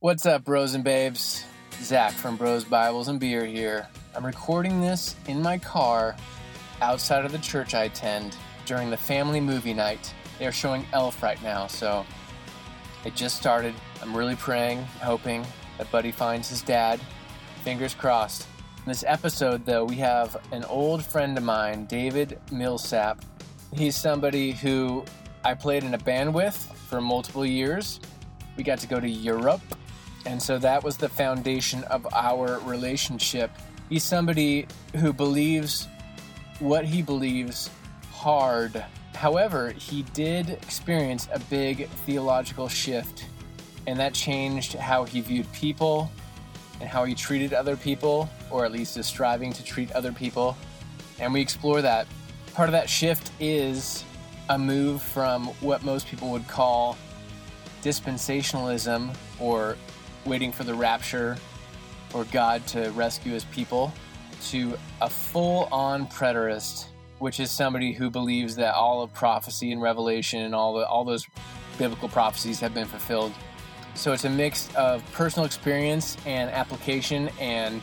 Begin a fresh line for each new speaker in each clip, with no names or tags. What's up, bros and babes? Zach from Bros Bibles and Beer here. I'm recording this in my car outside of the church I attend during the family movie night. They are showing Elf right now, so it just started. I'm really praying, hoping that Buddy finds his dad. Fingers crossed. In this episode, though, we have an old friend of mine, David Millsap. He's somebody who I played in a band with for multiple years. We got to go to Europe, and so that was the foundation of our relationship. He's somebody who believes what he believes hard. However, he did experience a big theological shift, and that changed how he viewed people and how he treated other people, or at least is striving to treat other people. And we explore that. Part of that shift is a move from what most people would call dispensationalism or waiting for the rapture or God to rescue his people to a full on preterist, which is somebody who believes that all of prophecy and revelation and all, the, all those biblical prophecies have been fulfilled. So it's a mix of personal experience and application and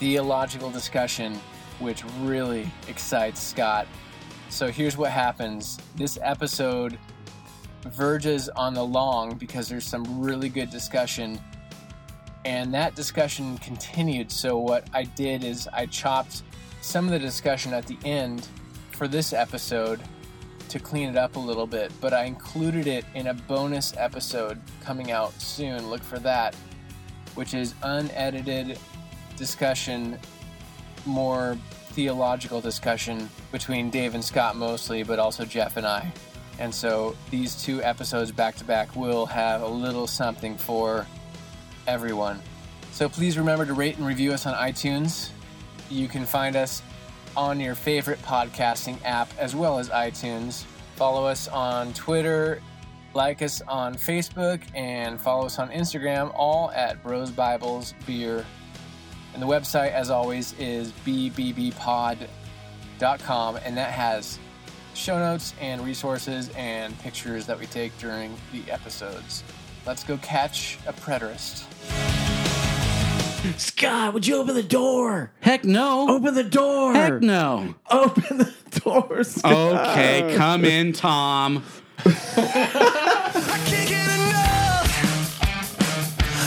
theological discussion, which really excites Scott. So here's what happens this episode verges on the long because there's some really good discussion. And that discussion continued. So, what I did is I chopped some of the discussion at the end for this episode to clean it up a little bit, but I included it in a bonus episode coming out soon. Look for that, which is unedited discussion, more theological discussion between Dave and Scott mostly, but also Jeff and I. And so these two episodes back to back will have a little something for everyone. So please remember to rate and review us on iTunes. You can find us on your favorite podcasting app as well as iTunes. Follow us on Twitter, like us on Facebook, and follow us on Instagram, all at Bros Bibles Beer. And the website, as always, is bbbpod.com, and that has show notes and resources and pictures that we take during the episodes. Let's go catch a preterist.
Scott, would you open the door?
Heck no.
Open the door.
Heck no.
Open the door. Scott.
Oh.
Okay, come in, Tom.
Can't get enough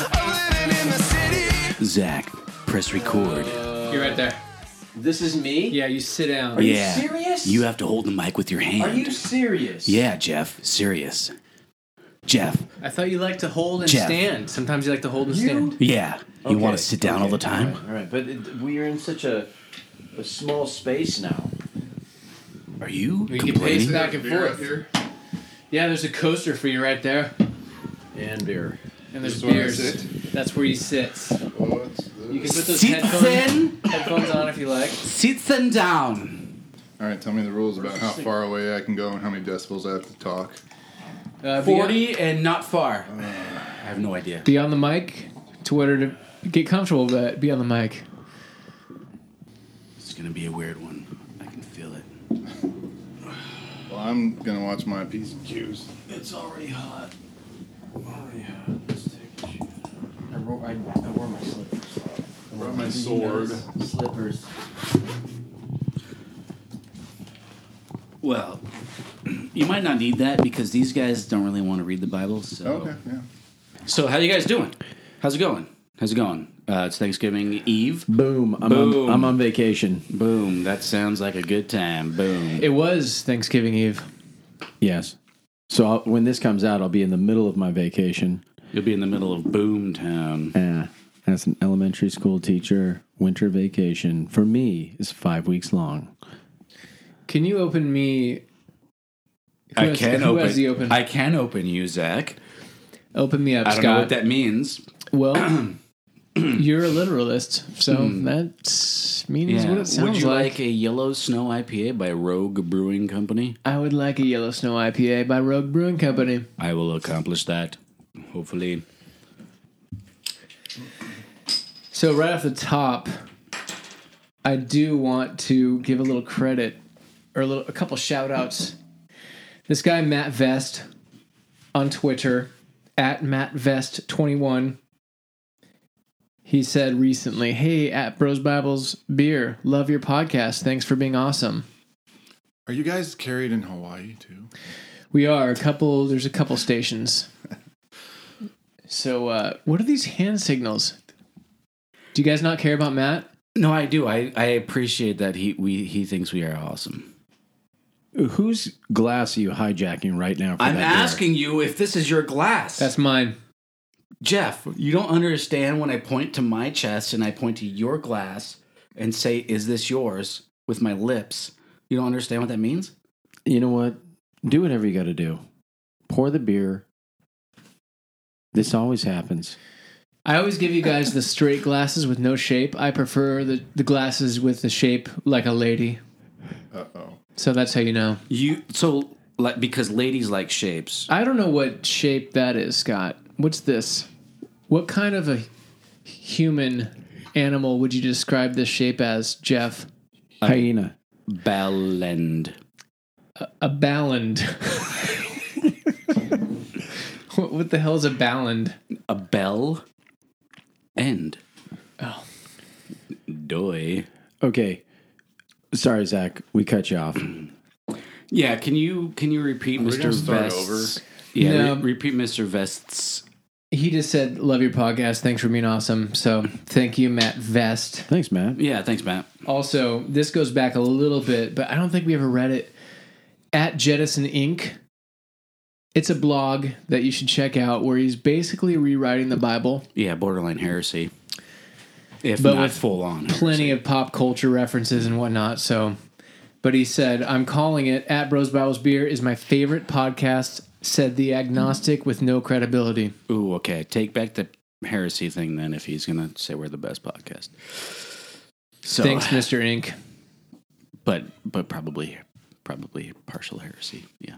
of living in the city.
Zach, press record.
You're right there.
This is me?
Yeah, you sit down.
Are yeah.
serious?
You have to hold the mic with your hand.
Are you serious?
yeah, Jeff. Serious. Jeff.
I thought you like to hold and
Jeff.
stand. Sometimes you like to hold and
You-
stand.
Yeah. You want to
Okay,
sit down all the
okay,
time?
All right, all right, but it, we are in such a, a small space now.
Are you
We can pace
complaining?
back and forth. Yeah, there's a coaster for you right there,
And beer.
and there's
This is where I
beers. That's where he sits. You can put those headphones,
Sitzen,
headphones on if you like.
sitzen down.
All right, tell me the rules about how far away I can go and how many decibels I have to talk.
Uh, be on-
Forty and not far. I have no idea.
Be on the mic. Twitter to get comfortable, but be on the mic.
It's going to be a weird one. I can feel it.
Well, I'm gonna watch my P's and Q's.
It's already hot. Already hot.
I wore, I, I wore my slippers. I
Brought my sword.
Slippers.
Well, you might not need that because these guys don't really want to read the Bible. So,
Oh, Okay, yeah.
so how you guys doing? How's it going? How's it going? Uh, it's Thanksgiving Eve.
Boom. I'm,
Boom.
On, I'm on vacation.
Boom. That sounds like a good time. Boom.
It was Thanksgiving Eve.
Yes. So I'll, when this comes out, I'll be in the middle of my vacation.
You'll be in the middle of Boom Town.
Yeah. As an elementary school teacher, winter vacation for me is five weeks long.
Can you open me? Who has- who has the open?
I can open you, Zach.
Open me up,
I don't
Scott.
know what that means.
Well, you're a literalist, so that means
Hmm. Yeah.
what it sounds
Would you
like.
like. a Yellow Snow IPA by Rogue Brewing Company?
I would like a Yellow Snow IPA by Rogue Brewing Company.
I will accomplish that. Hopefully.
So right off the top, I do want to give a little credit or a little a couple shout outs. This guy Matt Vest on Twitter at Matt Vest 21 He said recently, "Hey, at Bros Bibles Beer, love your podcast. Thanks for being awesome."
Are you guys carried in Hawaii too?
We are a couple. There's a couple stations. So, uh, what are these hand signals? Do you guys not care about Matt?
No, I do. I, I appreciate that he we he thinks we are awesome.
Whose glass are you hijacking right now? For
I'm
that beer?
asking you if this is your glass.
That's mine.
Jeff, you don't understand when I point to my chest and I point to your glass and say, Is this yours? with my lips. You don't understand what that means?
You know what? Do whatever you got to do. Pour the beer. This always happens.
I always give you guys the straight glasses with no shape. I prefer the, the glasses with the shape like a lady.
Uh oh.
So that's how you know.
You so like because ladies like shapes.
I don't know what shape that is, Scott. What's this? What kind of a human animal would you describe this shape as, Jeff?
Hyena.
Bellend.
A balland. what, what the hell is a balland?
A bell end. Oh. Doy.
Okay. Sorry, Zach. We cut you off.
Yeah, can you can you repeat
we
Mr.
gonna start
Vest's? Yeah,
No.
re- repeat Mr. Vest's
He just said, "Love your podcast. Thanks for being awesome." So thank you, Matt Vest.
Thanks, Matt.
Yeah, thanks, Matt.
Also, this goes back a little bit, but I don't think we ever read it. At Jettison Inc., it's a blog that you should check out where he's basically rewriting the Bible.
Yeah, borderline heresy. If
But
not
with
full on.
plenty of pop culture references and whatnot. So, but he said, I'm calling it at Bros Bibles Beer is my favorite podcast, said the agnostic with no credibility.
Ooh, okay. Take back the heresy thing then if he's gonna say we're the best podcast. So
Thanks, Mr. Inc.
but but probably probably partial heresy. Yeah.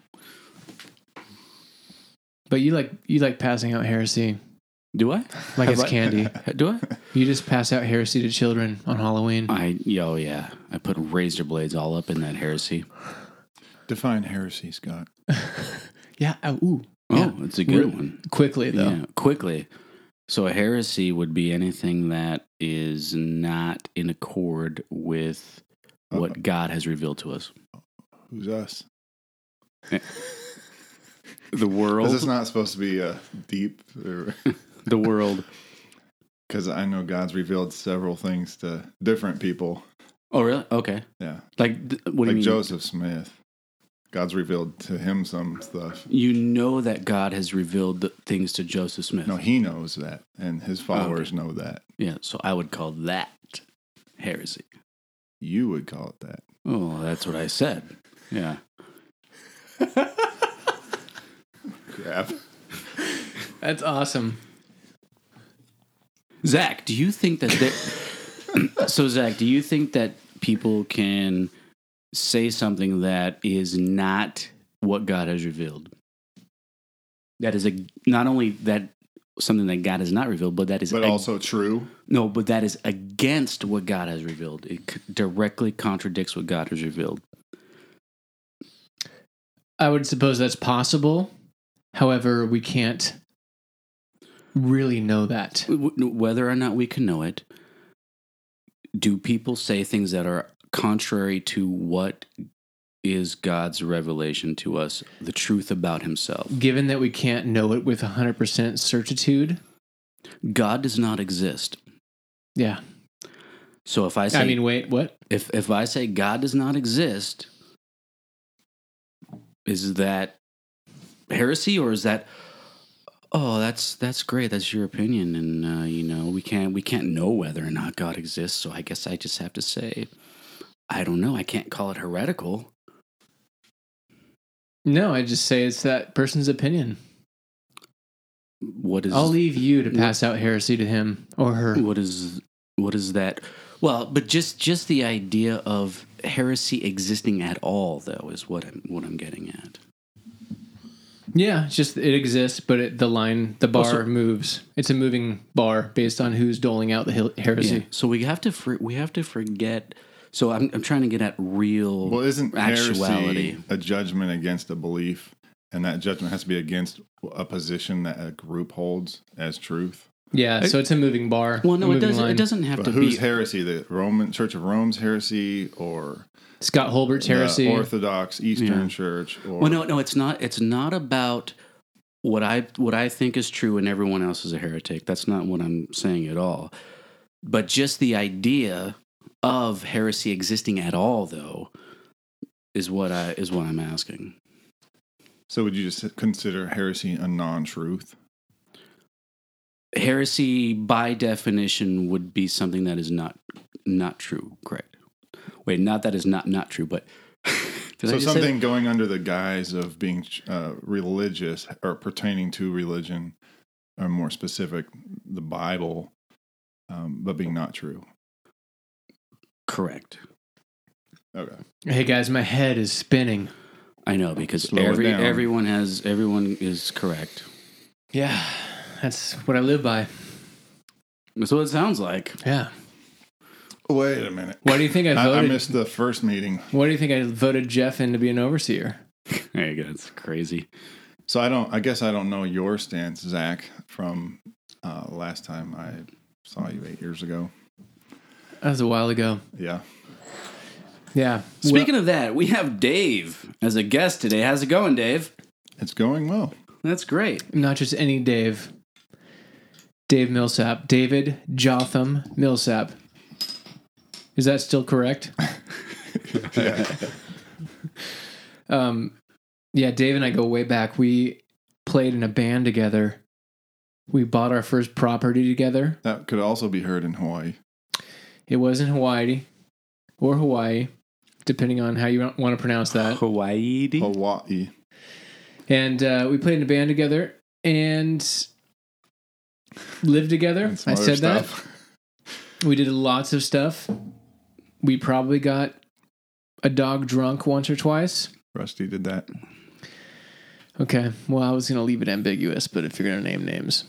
But you like you like passing out heresy
Do I?
like it's
I-
candy.
Do I?
You just pass out heresy to children on Halloween.
I yo yeah. I put razor blades all up in that heresy.
Define heresy, Scott.
Yeah. Oh, ooh.
Oh,
Yeah.
it's a good
Re-
one.
Quickly though.
Yeah, quickly. So a heresy would be anything that is not in accord with what God has revealed to us.
Who's us?
The world,
This is not supposed to be uh, deep,
the world.
because I know God's revealed several things to different people.
Oh, really? Okay.
Yeah,
Like, th- what do you
like
mean?
Joseph Smith. God's revealed to him some stuff.
You know that God has revealed the things to Joseph Smith.
No, he knows that, and his
Oh,
followers know that.
yeah. So I would call that heresy.
You would call it that.
Oh, that's what I said. Yeah.
Crap.
That's awesome.
Zach, do you think that there, so Zach, do you think that people can say something that is not what God has revealed? That is a not only that something that God has not revealed, but that is
But
ag-
also true.
no, but that is against what God has revealed. It c- directly contradicts what God has revealed.
I would suppose that's possible. However, we can't really know that.
W- w- Whether or not we can know it, do people say things that are contrary to what is God's revelation to us, the truth about Himself?
Given that we can't know it with 100% certitude.
God does not exist.
Yeah.
So if I say,
I mean, wait, what?
if if I say God does not exist, is that heresy or is that? Oh, that's that's great. That's your opinion, and uh, you know we can't we can't know whether or not God exists. So I guess I just have to say, I don't know. I can't call it heretical.
No, I just say it's that person's opinion.
What is
I'll e- leave you to pass out heresy to him or her.
what is what is that? Well, but just just the idea of heresy existing at all, though, is what I'm what I'm getting at.
Yeah, it's just it exists, but it, the line, the bar
so-
moves. It's a moving bar based on who's doling out the hel- heresy.
Yeah. So we have to for, we have to forget. So I'm I'm trying to get at real.
Well, isn't
actuality?
heresy a judgment against a belief? And that judgment has to be against a position that a group holds as truth.
Yeah, so it's a moving bar.
Well, no,
a
it
moving
doesn't. It
line.
doesn't have
But
to
who's
be.
heresy? The Roman Church of Rome's heresy, or
Scott Holbert's
the
heresy.
Orthodox Eastern
Yeah.
Church? Or
Well, no, no, it's not. It's not about what I what I think is true and everyone else is a heretic. That's not what I'm saying at all. But just the idea of heresy existing at all, though, is what I is what I'm asking.
So would you just consider heresy a non-truth?
Heresy, by definition, would be something that is not not true. Correct. Wait, not that is not not true, but did I
so
just say that?
something going under the guise of being uh, religious or pertaining to religion, or more specific, the Bible, um, but being not true.
correct.
Okay.
hey guys, my head is spinning.
I know because
Slow it
every,
down.
everyone has everyone is correct.
Yeah, that's what I live by.
That's what it sounds like.
Yeah.
Wait a minute.
Why do you think I
I, I
voted?
missed the first meeting,
Why do you think I voted Jeff in to be an overseer?
There you go. It's crazy.
so I don't. I guess I don't know your stance, Zach, from uh, last time I saw you eight years ago.
That was a while ago.
Yeah.
Yeah.
Speaking of that, we have Dave as a guest today. How's it going, Dave?
It's going well.
That's great.
not just any Dave. Dave Millsap. David Jotham Millsap. Is that still correct? um, yeah, Dave and I go way back. We played in a band together. We bought our first property together.
That could also be heard in Hawaii.
It was in Hawaii or Hawaii, depending on how you want to pronounce that.
Hawaii.
Hawaii.
And uh, we played in a band together and lived together.
and some
I
other
said that.
stuff.
We did lots of stuff. We probably got a dog drunk once or twice.
Rusty did that.
Okay. Well, I was going to leave it ambiguous, but if you're going to name names.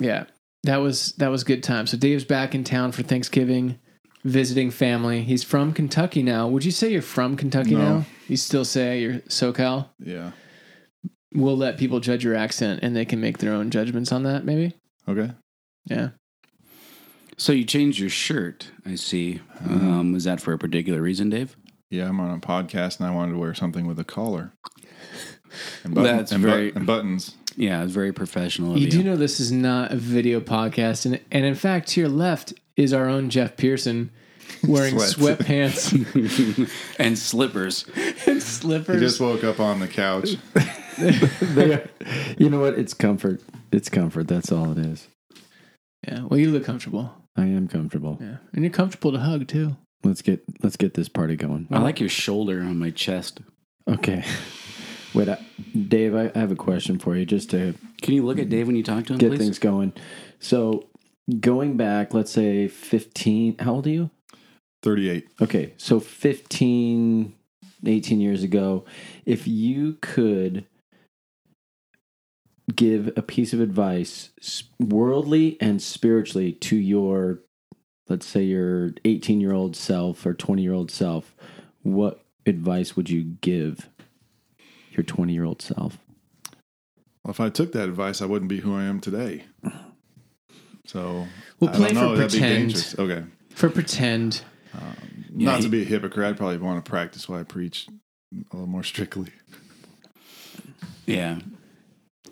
Yeah. That was that was good time. So Dave's back in town for Thanksgiving, visiting family. He's from Kentucky now. Would you say you're from Kentucky
No.
now? You still say you're SoCal?
Yeah.
We'll let people judge your accent and they can make their own judgments on that maybe.
Okay.
Yeah.
So you changed your shirt, I see.
Uh-huh.
Um, is that for a particular reason, Dave?
Yeah, I'm on a podcast and I wanted to wear something with a collar. And, button-
That's
and, bu-
very-
and buttons.
Yeah, it's very professional. Of
You
you
do know this is not a video podcast, and and in fact, to your left is our own Jeff Pearson wearing
Sweats.
sweatpants,
and slippers.
He
slippers.
just woke up on the couch.
They- you know what? It's comfort. It's comfort. That's all it is.
yeah, well, you look comfortable.
I am comfortable.
Yeah, and you're comfortable to hug too.
Let's get let's get this party going.
I like your shoulder on my chest.
Okay. Wait, I, Dave. I, I have a question for you, just to
Can you look at Dave when you talk to him,
get
Oh, please?
things going. So, going back, let's say fifteen. How old are you?
38.
Okay, so 15, 18 years ago, if you could give a piece of advice, s- worldly and spiritually, to your, let's say, your 18 year old self or 20 year old self, what advice would you give your 20 year old self?
Well, if I took that advice, I wouldn't be who I am today. So
We'll
I
play
don't know.
for
That'd be
pretend.
dangerous. Okay.
For pretend,
Not
he-
to be a hypocrite, I'd probably want to practice what I preach a little more strictly.
Yeah.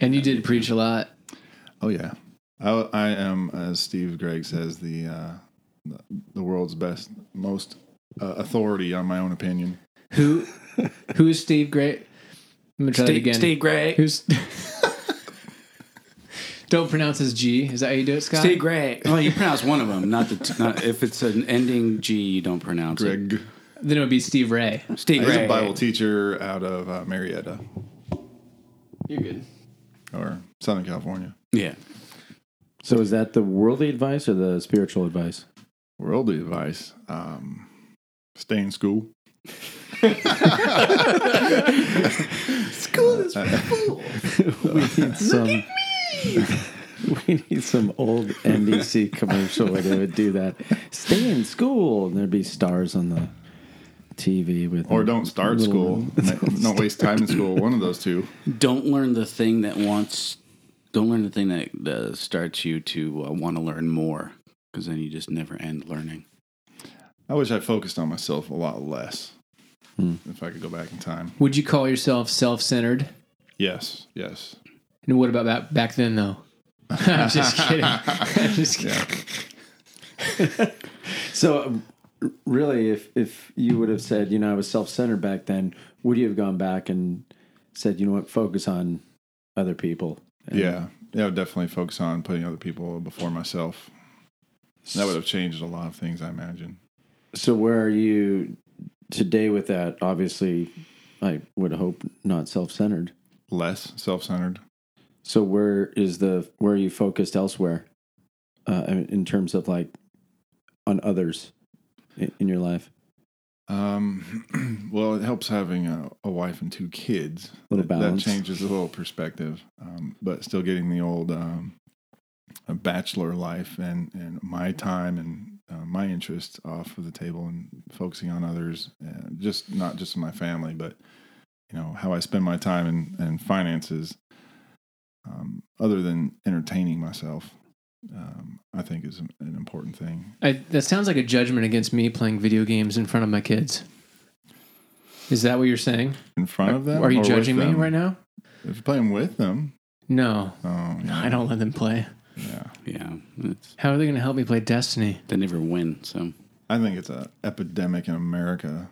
and you did preach a lot.
Oh yeah, I, I am, as Steve Gregg says, the uh, the- the world's best, most uh, authority on my own opinion.
Who, who is Steve Great? I'm gonna try that
Stay,
again.
stay great.
Who's? Don't pronounce his G. Is that how you do it, Scott?
Stay great. Well, you pronounce one of them, not the. T- not, if it's an ending G, you don't pronounce
Gregg,
Then it would be Steve Ray.
it. Stay
he's
great.
a Bible teacher out of uh, Marietta
You're good.
or Southern California.
Yeah.
So, is that the worldly advice or the spiritual advice?
Worldly advice: um, stay in school. school is
we need some. we need some old NBC commercial where they would do that. Stay in school, and there'd be stars on the TV with.
or don't start
little-
school. don't waste time in school. One of those two.
Don't learn the thing that wants. don't learn the thing that uh, starts you to uh, want to learn more, because then you just never end learning.
I wish I focused on myself a lot less.
Hmm.
If I could go back in time.
Would you call yourself self-centered?
Yes, yes.
And what about back, back then, though? I'm just kidding. I'm just kidding.
Yeah.
So, um, r- really, if if you would have said, you know, I was self centered back then, would you have gone back and said, you know what, focus on other people? And
Yeah. Yeah, I would definitely focus on putting other people before myself. That would have changed a lot of things, I imagine.
So, where are you today with that? Obviously, I would hope not self centered.
Less self centered.
So, where is the where are you focused elsewhere uh, in in terms of like on others i- in your life?
Um, well, it helps having a, a wife and two kids.
Little
That-
balance.
That changes the whole perspective, um, but still getting the old um, a bachelor life and, and my time and uh, my interests off of the table and focusing on others, uh, just not just my family, but you know how I spend my time and, and finances. Um, other than entertaining myself, um, I think is an an important thing.
I, that sounds like a judgment against me playing video games in front of my kids. Is that what you're saying?
In front of them,
Are
or
you
with
judging me
them.
right now?
If you're playing with them,
No,
oh, yeah,
I don't let them play.
Yeah,
Yeah, it's,
How are they going to help me play Destiny?
they never win. So
I think it's an epidemic in America.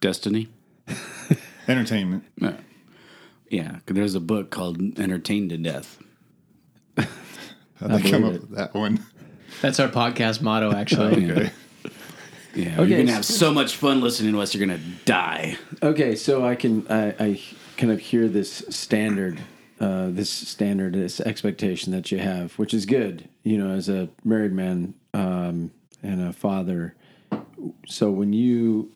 destiny.
Entertainment.
Yeah. Yeah, 'cause there's a book called "Entertained to Death."
How'd
I
they come up
believe
with that one?
That's our podcast motto, actually.
Okay.
Yeah, you're gonna have so much fun listening to us, you're gonna die.
Okay, so I can I, I kind of hear this standard, uh, this standard, this expectation that you have, which is good, you know, as a married man um, and a father. So when you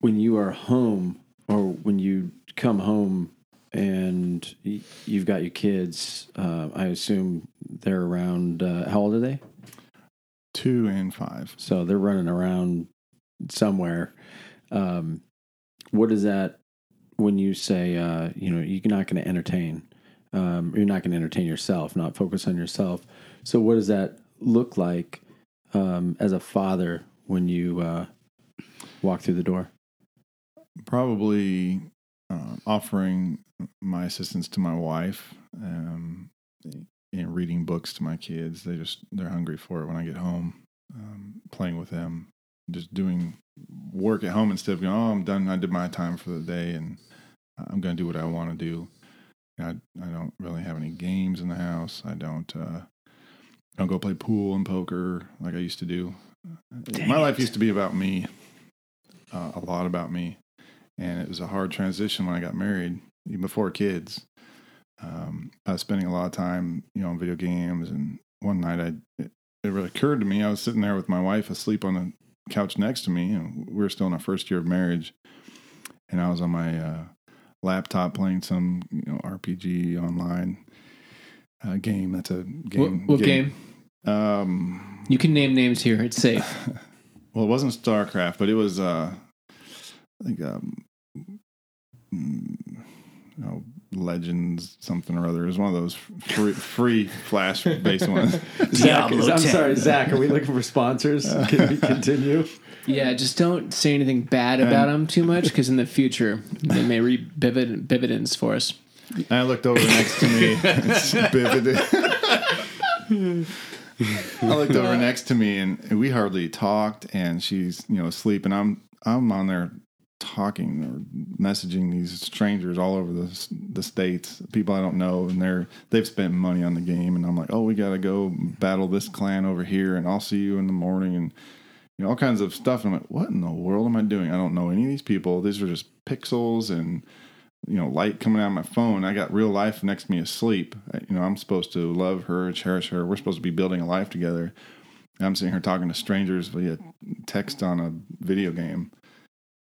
when you are home, or when you come home and y- you've got your kids, uh, I assume they're around. Uh, how old are they?
Two and five.
So they're running around somewhere. Um, what is that when you say, uh, you know, you're not going to entertain? Um, you're not going to entertain yourself, not focus on yourself. So, what does that look like um, as a father when you uh, walk through the door?
Probably uh, offering my assistance to my wife um, and reading books to my kids. They just, they're hungry for it when I get home, um, playing with them, just doing work at home instead of going, oh, I'm done. I did my time for the day and I'm going to do what I want to do. I, I don't really have any games in the house. I don't, uh, I don't go play pool and poker like I used to do. my life used to be about me, uh, a lot about me. And it was a hard transition when I got married, even before kids. Um, I was spending a lot of time, you know, on video games. And one night I, it, it really occurred to me, I was sitting there with my wife asleep on the couch next to me. And we were still in our first year of marriage. And I was on my, uh, laptop playing some you know RPG online uh, game. That's a game.
What, what game?
Um,
You can name names here. It's safe.
well, it wasn't StarCraft, but it was. Uh, I think. Um, mm, you know, Legends something or other. It was one of those free, free flash based ones.
Diablo
I'm
10.
sorry, Zach. Are we looking for sponsors? Can we continue?
yeah, just don't say anything bad about them too much because in the future they may reap bividen- dividends for us.
And I looked over next to me. It's vivid. I looked over next to me, and we hardly talked. And she's, you know, asleep, and I'm, I'm on there talking or messaging these strangers all over the the states, people I don't know, and they're they've spent money on the game, and I'm like, oh, we gotta go battle this clan over here, and I'll see you in the morning, and you know, all kinds of stuff. And I'm like, what in the world am I doing? I don't know any of these people. These are just pixels and you know, light coming out of my phone. I got real life next to me asleep. I- You know, I'm supposed to love her, cherish her. We're supposed to be building a life together. And I'm sitting here talking to strangers via text on a video game.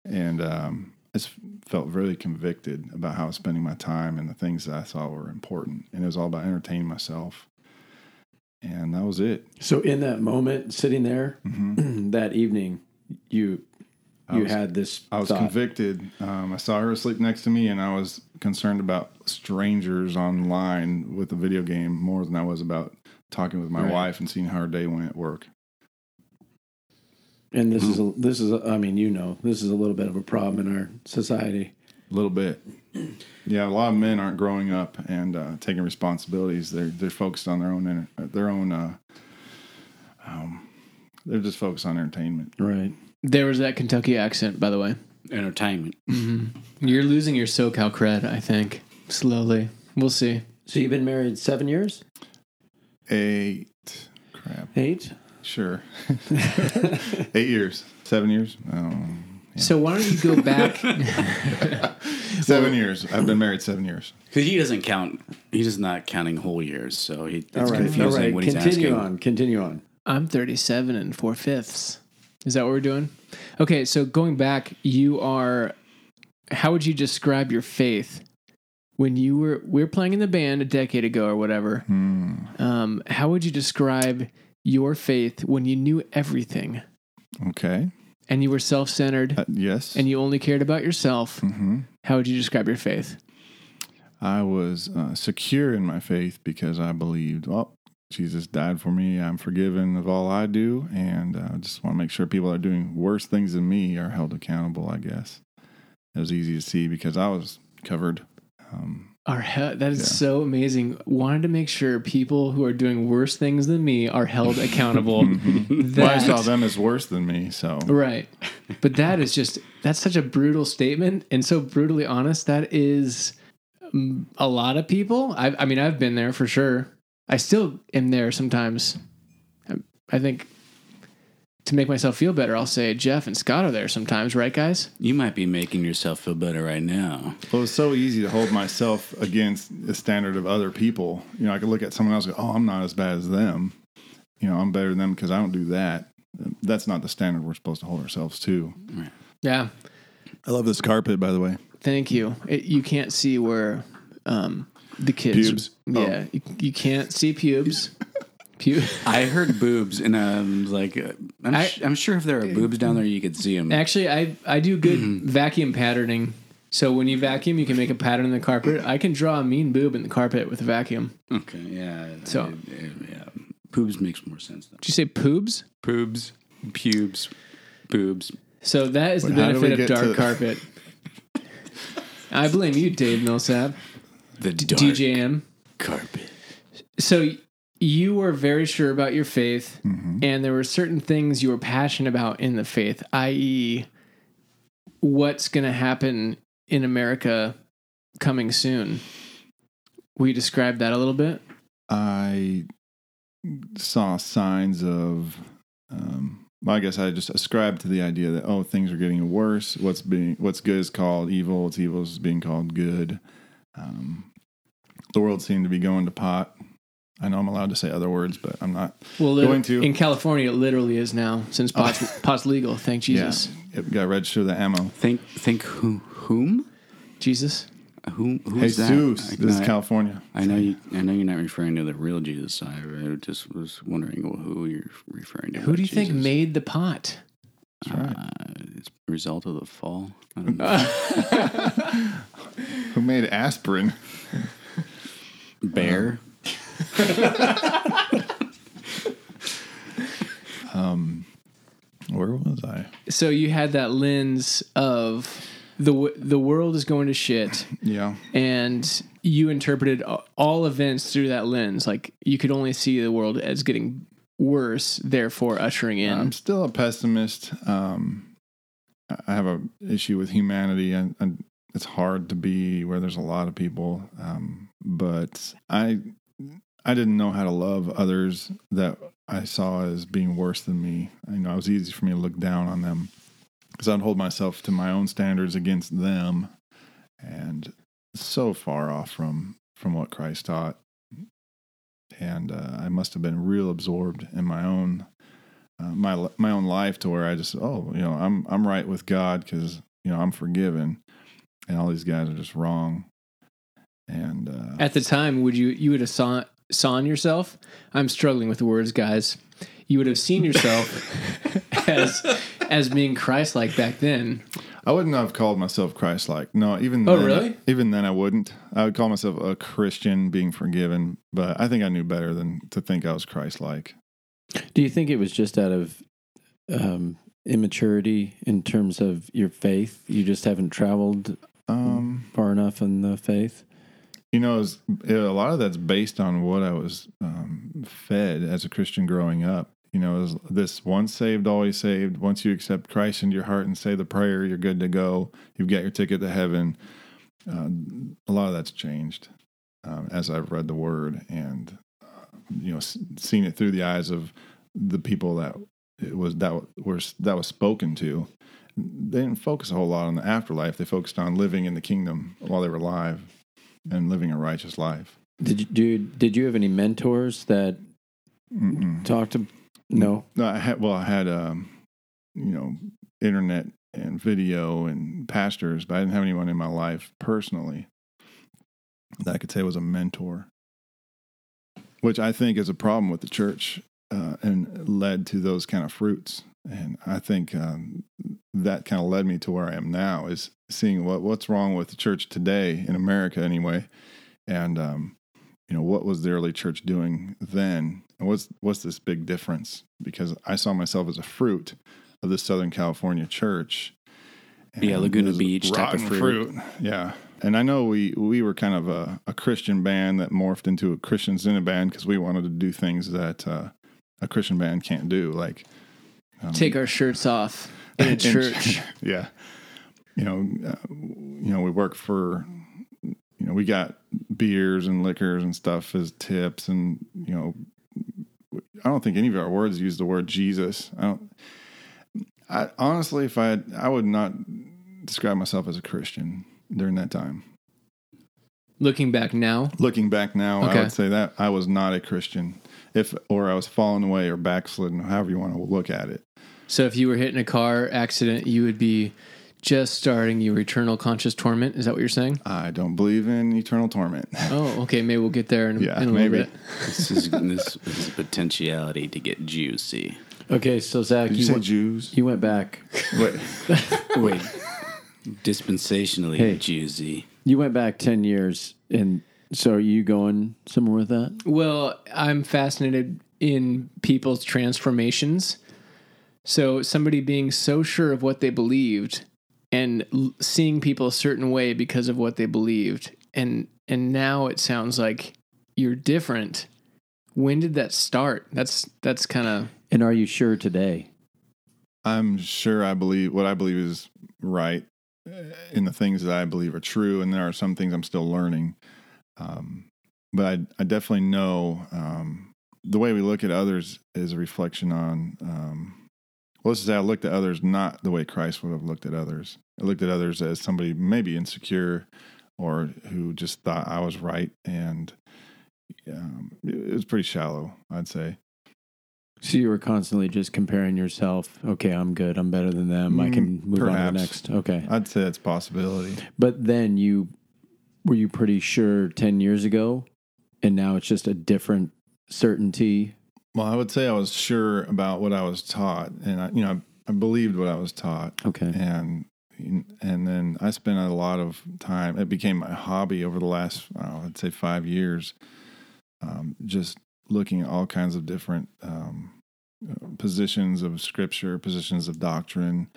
And um, I just felt really convicted about how I was spending my time and the things that I thought were important. And it was all about entertaining myself. And that was it.
So, in that moment, sitting there
hmm
that evening, you
I
you
was-
had this.
I was
thought.
convicted. Um, I saw her asleep next to me, and I was concerned about strangers online with the video game more than I was about talking with my
Right.
wife and seeing how her day went at work.
and this is a, this is. A, I mean, you know, this is a little bit of a problem in our society.
A little bit. Yeah, a lot of men aren't growing up and uh, taking responsibilities. They're they're focused on their own enter- their own. Uh, um, they're just focused on entertainment.
Right.
There was that Kentucky accent, by the way.
Entertainment.
You're losing your SoCal cred, I think. Slowly. We'll see.
So you've been married seven years,
Eight. Crap.
eight.
Sure. Eight years. Seven years. Um,
So why don't you go back?
seven years. I've been married seven years.
Because he doesn't count. He's just not counting whole years, so he, it's
All right.
confusing
All right.
what he's
Continue
asking.
on. Continue on.
I'm 37 and four fifths. Is that what we're doing? Okay, so going back, you are. How would you describe your faith when you were we were playing in the band a decade ago or whatever?
Mm,
Um, how would you describe your faith when you knew everything
Okay.
and you were self centered
Uh, yes.
and you only cared about yourself?
hmm
How would you describe your faith?
I was uh, secure in my faith because I believed, well, Jesus died for me. I'm forgiven of all I do. And uh, I just want to make sure people that are doing worse things than me are held accountable, I guess. It was easy to see because I was covered. Um,
Are he- that is
Yeah.
so amazing. Wanted to make sure people who are doing worse things than me are held accountable.
Mm-hmm. well, I
That-
saw them as worse than me. So
Right. But that is just that's such a brutal statement and so brutally honest. That is mm, a lot of people. I I mean I've been there for sure. I still am there sometimes. I, I think to make myself feel better, I'll say Jeff and Scott are there sometimes, right guys?
You might be making yourself feel better right now.
Well, it was so easy to hold myself against the standard of other people. You know, I could look at someone else and go, oh, I'm not as bad as them. You know, I'm better than them because I don't do that. That's not the standard we're supposed to hold ourselves to.
Yeah.
I love this carpet, by the way.
Thank you. It, you can't see where um the kids
Pubes? Oh.
Yeah, you, you can't see pubes. Pubes.
I heard boobs, and I'm like, uh, I'm,
I-
sh- I'm sure if there are boobs down there, you could see them.
Actually, I I do good vacuum patterning. So when you vacuum, you can make a pattern in the carpet. I can draw a mean boob in the carpet with a vacuum.
Okay, yeah.
So-
I- I- yeah. Boobs makes more sense. Though.
Did you say poobs?
Boobs, pubes, boobs.
So that is the
Wait, how did we
benefit of
get
dark
to-
carpet. I blame you, Dave Millsap,
The dark
DJM.
carpet.
So you were very sure about your faith, and there were certain things you were passionate about in the faith, i.e., what's going to happen in America coming soon. Will you describe that a little bit?
I saw signs of, um, well, I guess I just ascribed to the idea that oh, things are getting worse. What's being what's good is called evil. What's evil is being called good. Um, the world seemed to be going to pot. I know I'm allowed to say other words, but I'm not.
Well, lit-
Going to-
in California, it literally is now since pot's, pot's legal. Thank Jesus,
Yeah, it got registered the ammo.
Think, think who, whom?
Jesus.
Who, who's that?
Jesus,
I-
this is
I-
California.
I know you. I know you're not referring to the real Jesus. I I just was wondering who you're referring to.
Who
with
do you think
Jesus.
made the pot?
That's right.
It's a result of the fall. I don't know.
Who made aspirin?
Bear.
Where was I?
So you had that lens of the w- the world is going to shit,
Yeah.
and you interpreted a- all events through that lens. Like you could only see the world as getting worse, therefore ushering in.
I'm still a pessimist. Um, I- I have a issue with humanity, and, and it's hard to be where there's a lot of people. Um, but I, I didn't know how to love others that I saw as being worse than me. You know, it was easy for me to look down on them because I'd hold myself to my own standards against them, and so far off from from what Christ taught. And uh, I must have been real absorbed in my own uh, my li- my own life to where I just oh you know I'm I'm right with God because you know I'm forgiven, and all these guys are just wrong. And uh,
At the time, would you you would have saw sawn yourself? I'm struggling with words, guys. You would have seen yourself as as being Christ-like back then.
I wouldn't have called myself Christ-like. No, even
Oh,
then,
really?
Even then, I wouldn't. I would call myself a Christian, being forgiven. But I think I knew better than to think I was Christ-like.
Do you think it was just out of um, immaturity in terms of your faith? You just haven't traveled
Hmm.
Um,
far enough in the faith.
you know, it was, it- a lot of that's based on what I was um, fed as a Christian growing up. You know, it was this once saved, always saved. Once you accept Christ into your heart and say the prayer, you're good to go. You've got your ticket to heaven. Uh, a lot of that's changed um, as I've read the Word and uh, you know s- seen it through the eyes of the people that it was that were that was spoken to. They didn't focus a whole lot on the afterlife. They focused on living in the kingdom while they were alive and living a righteous life.
Did you do, Did you have any mentors that
Mm-mm.
talked to? No.
No, I had well, I had um, you know, internet and video and pastors, but I didn't have anyone in my life personally that I could say was a mentor, which I think is a problem with the church uh, and led to those kind of fruits. And I think um, that kind of led me to where I am now is seeing what what's wrong with the church today in America anyway, and um, you know what was the early church doing then and what's what's this big difference because i saw myself as a fruit of the southern california church
Yeah,
And
Laguna
it was
Beach type of
rotten
fruit.
yeah and i know we we were kind of a, a christian band that morphed into a christian Zinna band because we wanted to do things that uh, a christian band can't do like um,
Take our shirts off in a church.
yeah. You know, uh, you know, we work for, you know, we got beers and liquors and stuff as tips, and you know, I don't think any of our words use the word Jesus. I don't. I honestly, if I had, I would not describe myself as a Christian during that time.
Looking back now,
Looking back now,
Okay.
I would say that I was not a Christian, if or I was falling away or backslidden, however you want to look at it.
so if you were hit in a car accident, you would be just starting your eternal conscious torment. Is that what you're saying?
I don't believe in eternal torment.
Oh, okay. Maybe we'll get there in,
Yeah,
in a
maybe.
little bit.
This is this is a potentiality to get juicy.
Okay, so Zach,
Did you,
you,
say
went,
Jews?
you went back.
Wait.
Wait, dispensationally
Hey.
juicy.
You went back ten years, and so are you going somewhere with that?
Well, I'm fascinated in people's transformations. So somebody being so sure of what they believed and l- seeing people a certain way because of what they believed and and now it sounds like you're different. When did that start? That's that's kind of
And are you sure today?
I'm sure I believe what I believe is right uh, in the things that I believe are true, and there are some things I'm still learning. Um, but I, I definitely know um, the way we look at others is a reflection on. Um, well, let's just say I looked at others not the way Christ would have looked at others. I looked at others as somebody maybe insecure or who just thought I was right, and um, it it was pretty shallow, I'd say.
So you were constantly just comparing yourself. Okay, I'm good. I'm better than them. I can
Mm,
move on to
perhaps.
the next. Okay,
I'd say it's a possibility.
but then you were you pretty sure ten years ago, and now it's just a different certainty.
Well, I would say I was sure about what I was taught, and I, you know, I, I believed what I was taught,
Okay,
and and then I spent a lot of time. It became my hobby over the last, oh, I'd say, five years, um, just looking at all kinds of different um, positions of scripture, positions of doctrine,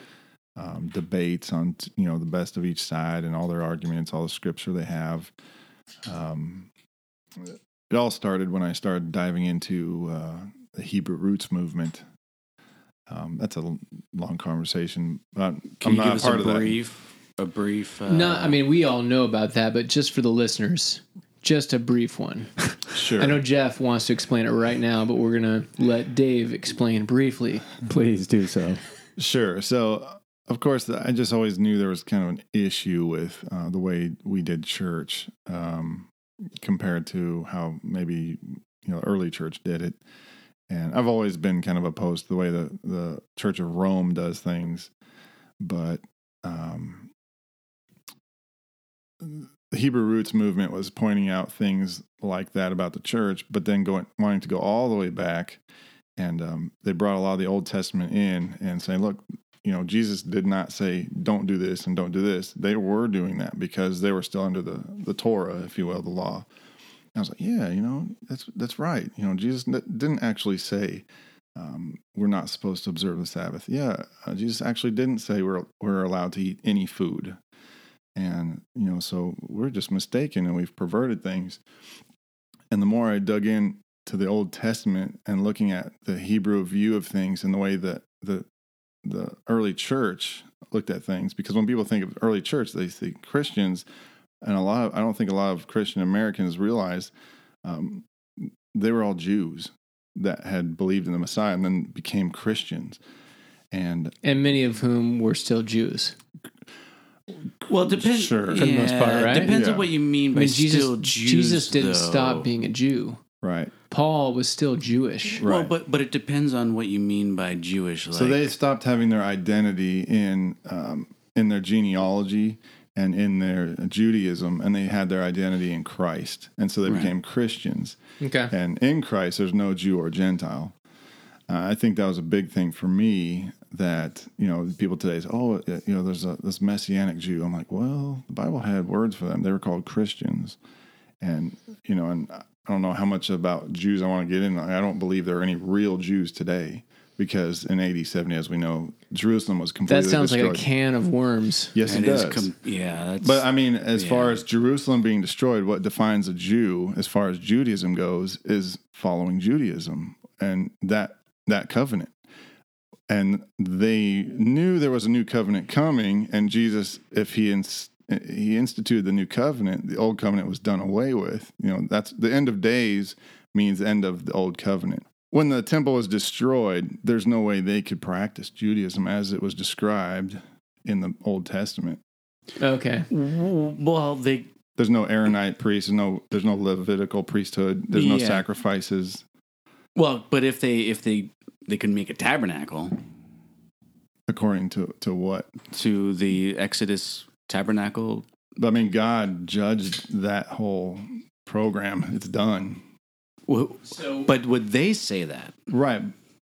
um, debates on you know the best of each side and all their arguments, all the scripture they have. Um, it all started when I started diving into uh, the Hebrew roots movement. Um, that's a l- long conversation. but I'm,
Can
I'm
you
not
give us
a part
a
of that.
brief, a brief? Uh,
no, I mean we all know about that, but just for the listeners, just a brief one.
Sure.
I know Jeff wants to explain it right now, but we're going to let Dave explain briefly.
please do so.
Sure. So, of course, I just always knew there was kind of an issue with uh, the way we did church um, compared to how maybe you know early church did it. And I've always been kind of opposed to the way the the Church of Rome does things, but um, the Hebrew Roots movement was pointing out things like that about the church, but then going wanting to go all the way back and um, they brought a lot of the Old Testament in and saying, look, you know, Jesus did not say, don't do this and don't do this. They were doing that because they were still under the, the Torah, if you will, the law. And I was like, yeah, you know, that's, that's right. You know, Jesus n- didn't actually say, um, we're not supposed to observe the Sabbath. Yeah, uh, Jesus actually didn't say we're, we're allowed to eat any food. And, you know, so we're just mistaken and we've perverted things. And the more I dug in to the Old Testament and looking at the Hebrew view of things and the way that the the early church looked at things, because when people think of early church, they think Christians, and a lot of I don't think a lot of Christian Americans realize um, they were all Jews that had believed in the Messiah and then became Christians. And
and many of whom were still Jews.
Well, depends.
Sure. For
yeah,
the
most part, right?
Depends
Yeah.
on what you mean
I
by
mean, Jesus,
still Jews.
Jesus didn't
though.
stop being a Jew.
right,
Paul was still Jewish.
Well,
Right.
but but it depends on what you mean by Jewish. Like,
so they stopped having their identity in um, in their genealogy and in their Judaism, and they had their identity in Christ, and so they became Christians.
Okay.
And in Christ, there's no Jew or Gentile. Uh, I think that was a big thing for me. That you know, people today say, "Oh, uh, you know, there's a this messianic Jew." I'm like, well, the Bible had words for them. They were called Christians, and you know, and I don't know how much about Jews I want to get in. I don't believe there are any real Jews today because in AD 70, as we know, Jerusalem was completely
That sounds like
destroyed.
a can of worms.
yes,
that
it
is
does.
com- yeah, that's,
But I mean, as
Yeah.
far as Jerusalem being destroyed, what defines a Jew, as far as Judaism goes, is following Judaism and that that covenant. And they knew there was a new covenant coming, and Jesus, if he ins- he instituted the new covenant, the old covenant was done away with. You know, that's the end of days means end of the old covenant. When the temple was destroyed, there's no way they could practice Judaism as it was described in the Old Testament.
Okay.
well, they
There's no Aaronite priest. There's no there's no Levitical priesthood. There's no
Yeah.
sacrifices.
well, but if they if they they can make a tabernacle
According to to what?
to the Exodus tabernacle.
But I mean, God judged that whole program. It's done.
Well, but would they say that?
Right.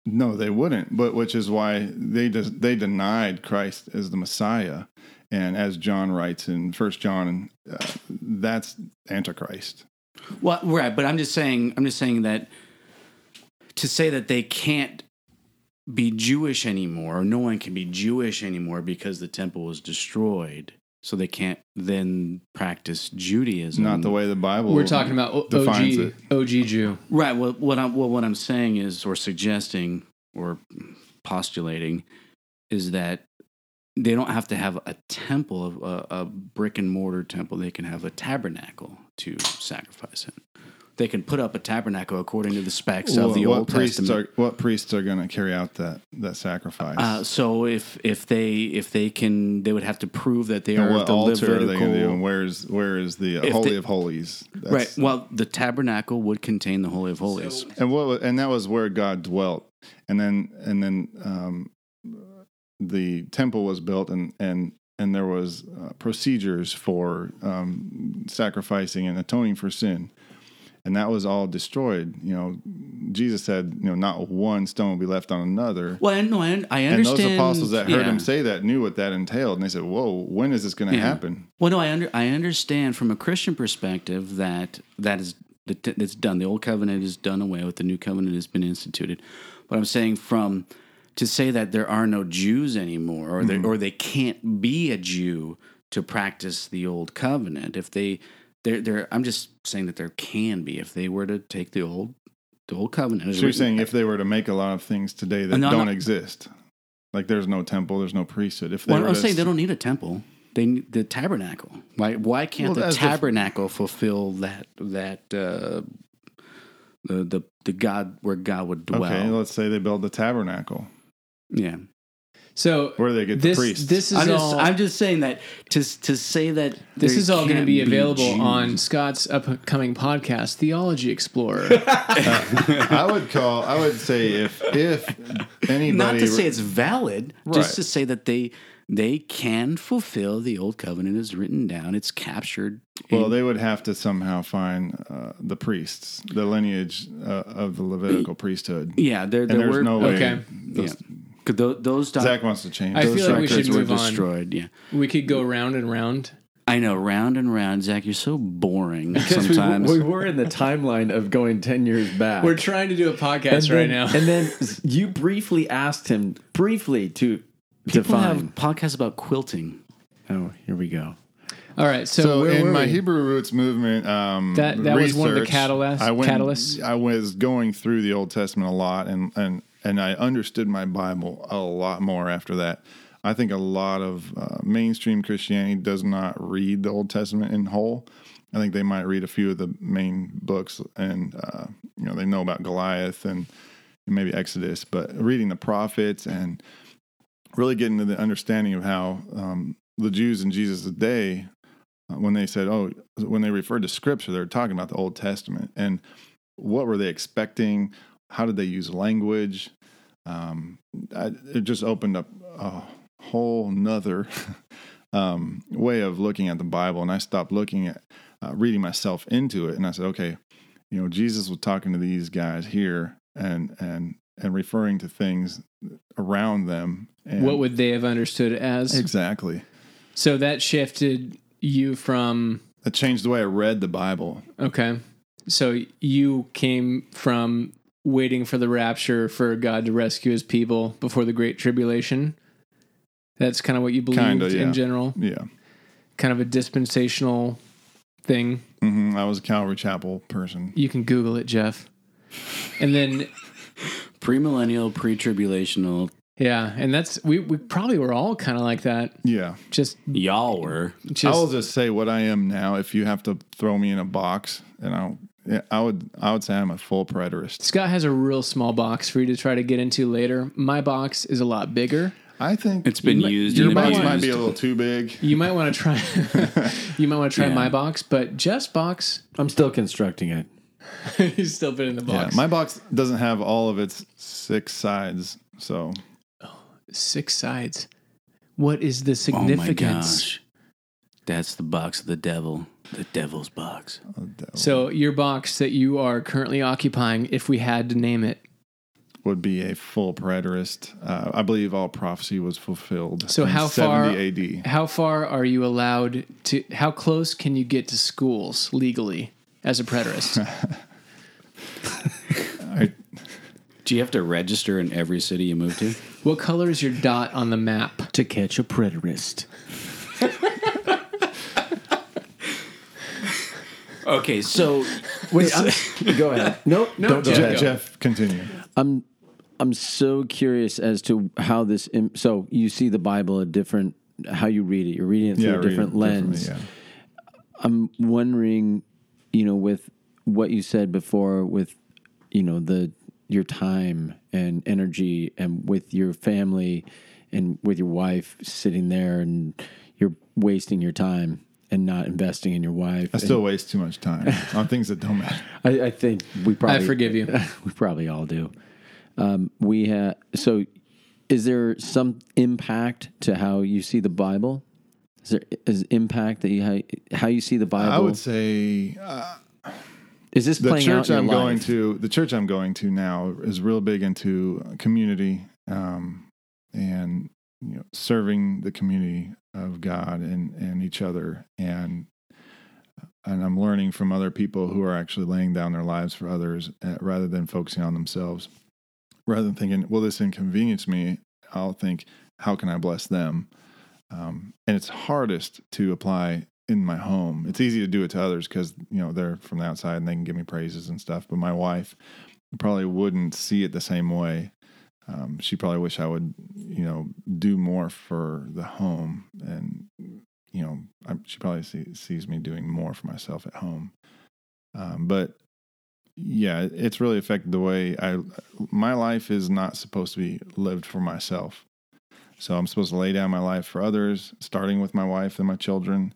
No, they wouldn't. But which is why they des- they denied Christ as the Messiah, and as John writes in First John, uh, that's Antichrist.
Well, right, but I'm just saying, I'm just saying that to say that they can't be Jewish anymore, or no one can be Jewish anymore because the temple was destroyed, so they can't then practice
It's
Judaism.
not the way the Bible.
Mm. We're talking about O-
defines
OG
it.
OG Jew.
right. Well, what I'm well, what I'm saying is, or suggesting, or postulating, is that they don't have to have a temple, a, a brick and mortar temple. They can have a tabernacle to sacrifice in. They can put up a tabernacle according to the specs of
What-
the
what
Old
priests
Testament.
are what priests are going to carry out that that sacrifice?
Uh, so if if they if they can, they would have to prove that they
And
are
what
the
altar are they going to do? And
Levitical.
where's where is the
If
holy
they-
of holies?
Right.
That's-
Well, the tabernacle would contain the holy of holies.
And what? wa- And that was where God dwelt. And then and then um, the temple was built, and and and there was uh, procedures for um, sacrificing and atoning for sin. And that was all destroyed. You know, Jesus said, you know, not one stone will be left on another.
well, and no, I, I
And
understand.
those apostles that heard
yeah.
him say that knew what that entailed, and they said, "Whoa, when is this going to
Yeah.
happen?"
Well, no, I under, I understand from a Christian perspective that that is that it's done. The old covenant is done away with. The new covenant has been instituted. But I'm saying from to say that there are no Jews anymore, or
Mm-hmm.
they or they can't be a Jew to practice the old covenant. If they they're, they're I'm just saying that there can be if they were to take the old the old covenant. as
So you're
written-
saying if they were to make a lot of things today that
No,
don't
no.
exist, like there's no temple, there's no priesthood. If they
Well,
were
I'm
to
saying they don't need a temple. They need the tabernacle. Why? Why
Well,
can't the
that's the-
tabernacle fulfill that that uh, the the the God where God would dwell?
okay, let's say they build the tabernacle.
yeah,
So
Where do they get the
this
priests?
this is
I'm just,
all
I'm just saying that to to say that
this
there
is all going to
can't
be available
Jews.
on Scott's upcoming podcast, Theology Explorer.
I would call. I would say if if anybody
Not to say it's valid,
Right.
just to say that they they can fulfill the old covenant as written down. It's captured. in-
well, they would have to somehow find uh, the priests, the lineage uh, of the Levitical priesthood.
yeah, there
And
there
there's
were
no way.
okay.
those-
'Cause tho- those doc-
Zach wants to change.
I
it.
those
feel like we
records
should
were
move on.
destroyed. Yeah,
We could go round and round.
I know. Round and round, Zach. You're so boring
Because we-
sometimes.
We, were in the timeline of going 10 years back.
We're trying to do a
And
podcast
then-
right now.
And then you briefly asked him, briefly, to
People have
define.
podcasts about quilting.
Oh, here we go.
All right, so,
So,
where
in
were
my
we?
Hebrew roots movement, um,
That- that was one of the
research,
catalyst-
I went,
catalysts?
I was going through the Old Testament a lot, and and and I understood my Bible a lot more after that. I think a lot of uh, mainstream Christianity does not read the Old Testament in whole. I think they might read a few of the main books, and uh, you know they know about Goliath and maybe Exodus, but reading the prophets and really getting to the understanding of how um, the Jews in Jesus' day, uh, when they said, oh, when they referred to scripture, they were talking about the Old Testament and what were they expecting? How did they use language? Um, I, it just opened up a whole nother um, way of looking at the Bible. And I stopped looking at uh, reading myself into it. And I said, okay, you know, Jesus was talking to these guys here and, and, and referring to things around them. And
what would they have understood as?
Exactly.
So that shifted you from
That changed the way I read the Bible.
okay. So you came from waiting for the rapture for God to rescue his people before the great tribulation. That's kind of what you believed
Kinda, yeah.
in general.
Yeah.
Kind of a dispensational thing.
hmm I was a Calvary Chapel person.
You can Google it, Jeff. And then
Premillennial, pre-tribulational.
yeah, and that's we, we probably were all kind of like that.
Yeah.
Just
Y'all were.
just
I'll just say what I am now. If you have to throw me in a box, and I'll, yeah, I would, I would say I'm a full preterist.
Scott has a real small box for you to try to get into later. My box is a lot bigger.
I think
It's been
might-
used.
you
your
and
box
might
might
abused.
be a little too big.
You might want to try. you might want to try
Yeah.
my box, but Jeff's box.
I'm still constructing it.
he's still been in the
Yeah,
box.
my box doesn't have all of its six sides, so
Six sides. What is the
Oh my
significance?
gosh. That's the box of the devil. The devil's box.
so your box that you are currently occupying, if we had to name it.
would be a full preterist. Uh, I believe all prophecy was fulfilled.
So
in
how far-
70 AD?
How far are you allowed to? How close can you get to schools legally as a preterist?
I,
Do you have to register in every city you move to?
what color is your dot on the map?
To catch a preterist.
okay, so
Wait, I'm, go ahead. Nope, no, don't go
Jeff,
ahead.
Jeff, Jeff, continue.
I'm I'm so curious as to how this. Im- So you see the Bible a different how you read it. You're reading it through a
read it
different
differently,
lens.
yeah.
I'm wondering, you know, with what you said before, with you know the your time and energy, and with your family, and with your wife sitting there, and you're wasting your time and not investing in your wife.
I still waste too much time on things that don't matter.
I, I think we probably
I forgive you.
we probably all do. Um, we have so. Is there some impact to how you see the Bible? Is there is impact that you how, how you see the Bible?
I would say
is this
the
playing out
church
in
I'm
your
going
life?
to the church I'm going to now is real big into uh, community um, and you know serving the community of God and and each other and and I'm learning from other people who are actually laying down their lives for others uh, rather than focusing on themselves rather than thinking will this inconvenience me I'll think how can I bless them um, and it's hardest to apply in my home. It's easy to do it to others because you know they're from the outside and they can give me praises and stuff. But my wife probably wouldn't see it the same way. Um, she probably wish I would, you know, do more for the home, and you know, I, she probably see, sees me doing more for myself at home. Um, but yeah, it's really affected the way I. My life is not supposed to be lived for myself. So I'm supposed to lay down my life for others, starting with my wife and my children.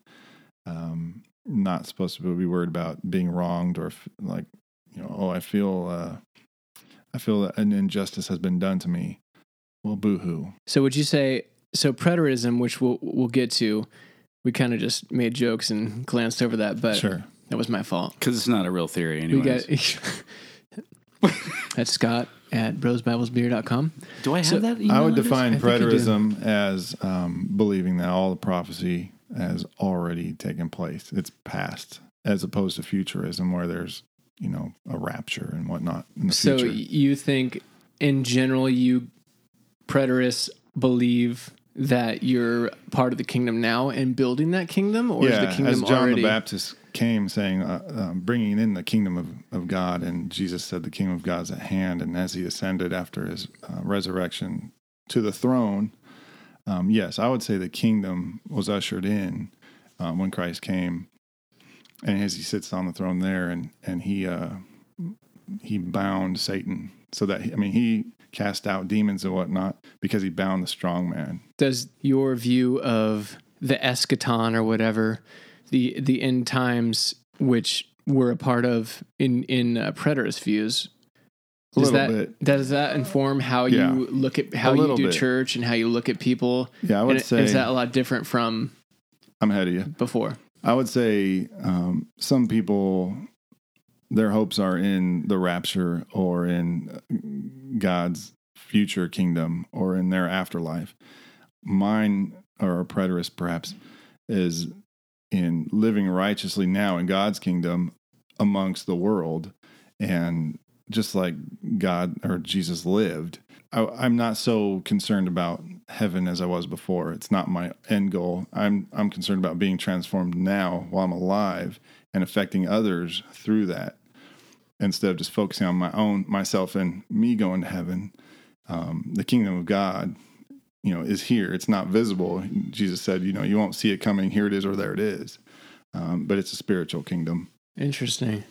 Um, not supposed to be worried about being wronged or f- like, you know, oh, I feel, uh, I feel that an injustice has been done to me. Well, boo-hoo.
So would you say so preterism, which we'll we'll get to, we kind of just made jokes and glanced over that, but
sure.
that was my fault.
because it's not a real theory,
We
anyways.
got that's Scott. at brosbiblesbeer.com.
Do I have
So-
that?
I
email
would
address?
define
I think you do.
preterism as um, believing that all the prophecy has already taken place. It's past, as opposed to futurism, where there's you know a rapture and whatnot in the
So
future.
you think, in general, you preterists believe that you're part of the kingdom now and building that kingdom, or is the
as
kingdom
John
already?
the Baptist came saying, uh, um, bringing in the kingdom of, of God, and Jesus said, "The kingdom of God's at hand." And as he ascended after his uh, resurrection to the throne, um, yes, I would say the kingdom was ushered in um, when Christ came, and as he sits on the throne there, and and he uh, he bound Satan so that he, I mean he cast out demons and whatnot because he bound the strong man.
Does your view of the eschaton or whatever, the the end times, which we're a part of in in uh, preterist views,
A
does
little
that
bit.
does that inform how
Yeah.
you look at how you
little
do
bit.
church and how you look at people?
Yeah, I would
And
say
is that a lot different from
I'm ahead of you.
before?
I would say um, some people, their hopes are in the rapture or in uh, God's future kingdom or in their afterlife. Mine, or a preterist perhaps, is in living righteously now in God's kingdom amongst the world. And just like God or Jesus lived, I, I'm not so concerned about heaven as I was before. It's not my end goal. I'm I'm concerned about being transformed now while I'm alive and affecting others through that instead of just focusing on my own myself and me going to heaven. Um, the kingdom of God, you know, is here. It's not visible. Jesus said, you know, you won't see it coming. Here it is, or there it is. Um, but it's a spiritual kingdom.
Interesting.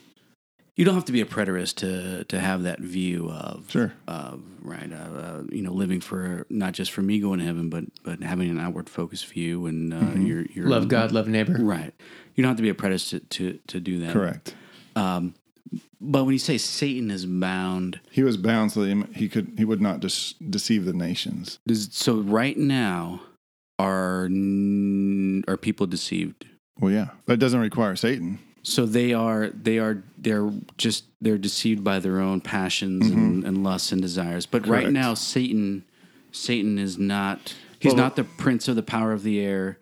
You don't have to be a preterist to to have that view of
Sure.
of right uh, uh, you know living for not just for me going to heaven, but but having an outward focus view and uh,
Mm-hmm.
your your
Love God, love neighbor.
Right. You don't have to be a preterist to to, to do that.
Correct.
Um, but when you say Satan is bound,
He was bound so that he- he could he would not dis- deceive the nations.
does, so right now are n- are people deceived?
Well, yeah, but it doesn't require Satan.
So they are they are they're just they're deceived by their own passions and, and lusts and desires. But right
Mm-hmm. Correct.
now Satan Satan is not he's
Well-
not the prince of the power of the air.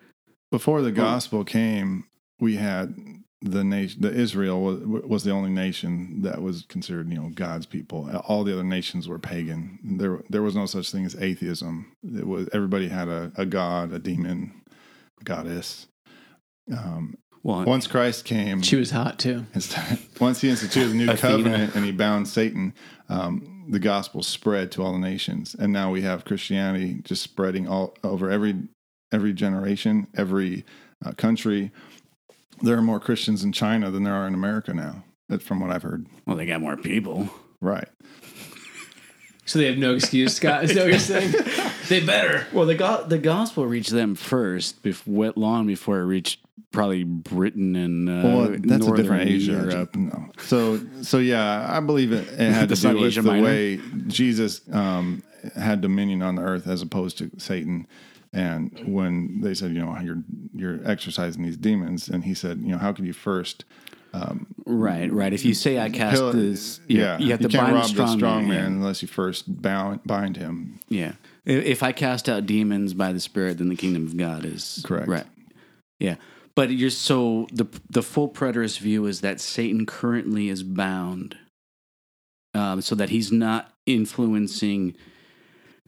Before the gospel came, we had the nation, the Israel was, was the only nation that was considered, you know, God's people. All the other nations were pagan. There, there was no such thing as atheism. It was everybody had a, a god, a demon, goddess. Um,
Well
once Christ came,
She was hot too.
Instead- Once he instituted the new
Athena.
covenant and he bound Satan, um, the gospel spread to all the nations, and now we have Christianity just spreading all over every every generation, every uh, country. There are more Christians in China than there are in America now, that's from what I've heard.
well they got more people.
Right?
So they have no excuse, Scott. Is that what you're saying? they better.
Well, the go- the gospel reached them first, bef- wet- long before it reached probably Britain and uh,
Well, that's
northern
a different Asia.
Europe.
No. So, so yeah, I believe it, it had to
That's not
do with
Asia
the
Minor.
way Jesus um, had dominion on the earth as opposed to Satan. And when they said, you know, you're you're exercising these demons, and he said, you know, how could you first?
Right, right. If you say I cast
kill-
this, you-
yeah,
you have to
can't
bind
rob
the strong, man.
unless you first bound, bind him.
Yeah. I- If I cast out demons by the Spirit, then the kingdom of God is
Correct.
Right. Yeah. But you're so the the full preterist view is that Satan currently is bound, um, so that he's not influencing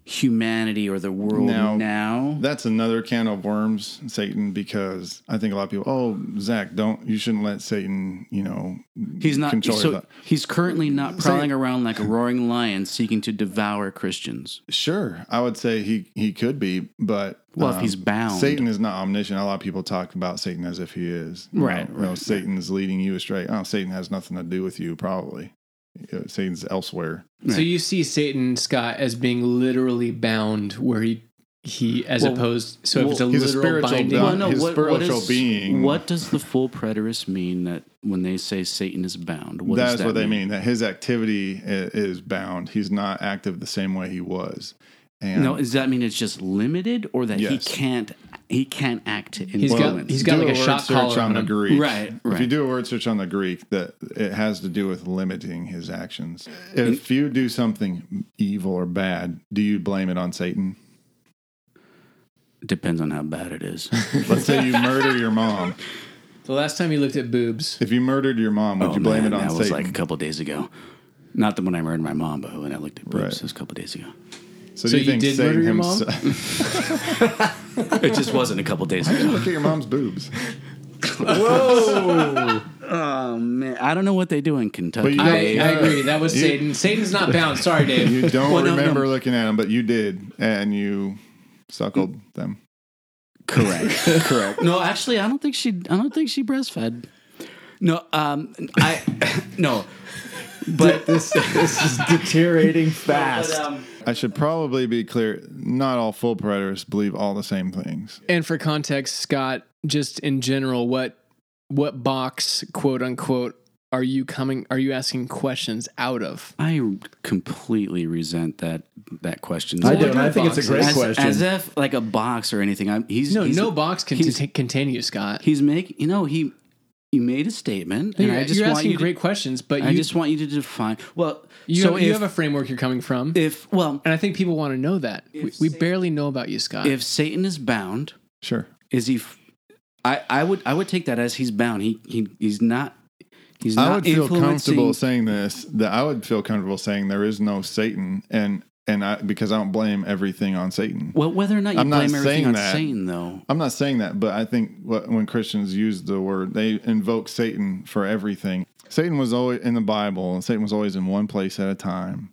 humanity or the world now.
Now, That's another can of worms, Satan, because I think a lot of people, oh, Zach, don't you shouldn't let Satan, you know,
he's not.
control your
So
thought.
he's currently not prowling around like a roaring lion seeking to devour Christians.
Sure, I would say he he could be, but um,
Well, if he's bound.
Satan is not omniscient. A lot of people talk about Satan as if he is. You
Right,
know, you know, Satan's leading you astray. Oh, Satan has nothing to do with you, probably. You know, Satan's elsewhere.
So
Right.
you see Satan Scott as being literally bound, where he he as
Well,
opposed. So if it's a
well, he's a
literal
spiritual
binding,
bound. his spiritual
is-
being-
What does the full preterist mean that when they say Satan is bound? What does
That's
that
what they mean. That his activity i- is bound. He's not active the same way he was. And
No, does that mean it's just limited, or that he
Yes.
can't he can't act to influence.
He's got he's got
Do
like a shot
word search
collar
on
on
the
him.
Greek.
Right,
If
right.
you do a word search on the Greek, that it has to do with limiting his actions. If you do something evil or bad, do you blame it on Satan?
Depends on how bad it is.
Let's say you murder your mom.
The last time you looked at boobs,
If you murdered your mom, would you blame
Oh, man,
it on
that
Satan?
was like a couple days ago. Not the one I murdered my mom, but when I looked at boobs,
Right.
it was a couple days ago.
so,
So
do you,
you
think
did
Satan
murder your mom?
himself?
It just wasn't a couple days ago.
Look at your mom's boobs.
Oh man, I don't know what they do in Kentucky.
you
I, I
don't-
Dave.
Yeah.
agree. That was
You-
Satan. Satan's not bound. Sorry, Dave.
You don't
Well, no, no.
remember looking at them, but you did, and you suckled them.
Correct. Correct. No, actually, I don't think she. I don't think she breastfed. No, um, I no, but this
this is deteriorating
uh,
fast.
um,
I should probably be clear: not all full preterists believe all the same things.
And for context, Scott, just in general, what what box, quote unquote, are you coming? Are you asking questions out of?
I completely resent that that question.
I
Well,
don't. I think it's a great
as,
question.
as if like a box or anything. I'm, he's
No,
he's,
no box can
he's-
t- contain you, Scott.
He's making you know he you made a statement, and
you're
I just
you're
want
asking
you to-
great questions, but
I
you
just want you to define. Well,
you,
so
have,
if,
you have a Uh, framework you're coming from,
if well,
and I think people want to know that. We, we barely know about you, Scott.
if Satan is bound,
Sure.
is he? f- I I would I would take that as he's bound. He he he's not. He's not
I would feel
influencing-
comfortable saying this. That I would feel comfortable saying there is no Satan, and and I because I don't blame everything on Satan.
Well, whether or not you
I'm not
blame
saying
everything on
that.
Satan, though,
I'm not saying that, but I think what, when Christians use the word, they invoke Satan for everything. Satan was always in the Bible, and Satan was always in one place at a time.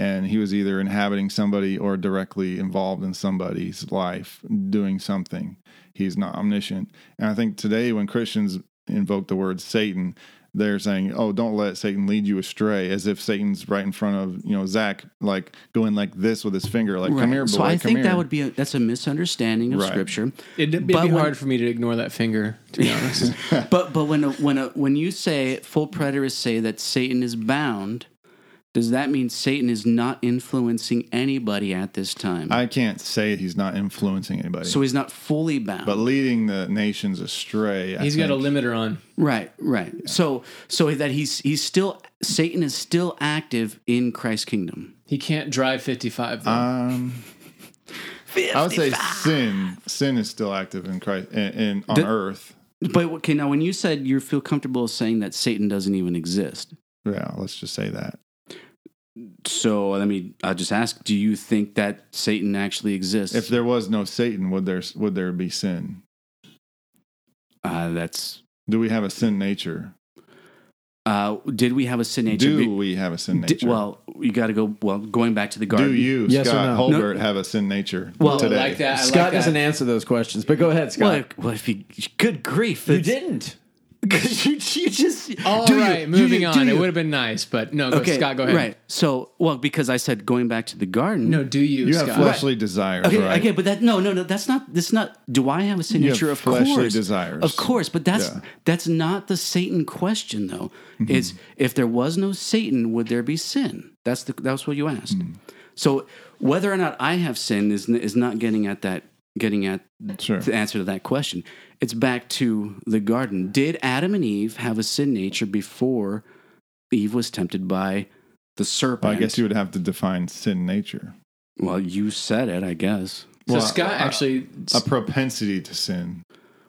And he was either inhabiting somebody or directly involved in somebody's life doing something. He's not omniscient. And I think today, when Christians invoke the word Satan, they're saying, "Oh, don't let Satan lead you astray," as if Satan's right in front of you know Zach, like going like this with his finger, like "Come here, boy."
So I
come
think
here.
that would be a, that's a misunderstanding of
Right.
scripture.
it'd, it'd be hard
but when-
for me to ignore that finger, to be honest.
But but when a, when a, when you say full preterists say that Satan is bound, does that mean Satan is not influencing anybody at this time?
I can't say he's not influencing anybody.
so he's not fully bound.
but leading the nations astray. I
He's got a
think.
limiter on.
right, right. So so that he's he's still Satan is still active in Christ's kingdom.
He can't drive 55. Though.
Uh,
Um, I would say sin. Sin is still active in Christ in, in on
The-
earth.
But okay, now when you said you feel comfortable saying that Satan doesn't even exist,
Yeah, let's just say that.
so let me I'll just ask: Do you think that Satan actually exists?
If there was no Satan, would there would there be sin?
Uh, that's.
Do we have a sin nature?
Uh, did we have a sin nature?
Do
Be-
we have a sin
di-
nature?
well, uh, you got to go. Well, going back to the garden.
do you,
Yes or no?
Scott Holbert, have a sin nature
Well,
today?
I like that. I
Scott
like that.
doesn't answer those questions, but go ahead,
Well,
Scott.
if, well, if you, good grief,
you
it's-
didn't.
you, you just.
All right,
do you- do you-
moving
do
on. It
you-
would have been nice, but no, go,
okay,
Scott, go ahead.
Right. So, well, because I said going back to the garden.
No, do you,
You have
Scott?
fleshly desires,
Okay,
right?
okay, but that no, no, no. That's not. That's not. Do I have a sin
You have
nature? Of
fleshly
course,
desires.
Of course, but that's
Yeah. Mm-hmm.
that's not the Satan question, though. Is if there was no Satan, would there be sin? That's the that's what you asked.
Mm.
So whether or not I have sin is is not getting at that getting at
Sure.
the answer to that question. It's back to the garden. Did Adam and Eve have a sin nature before Eve was tempted by the serpent?
Well, I guess you would have to define sin nature.
Well, you said it. I guess.
So
Well,
Scott
I-
actually,
A propensity to sin.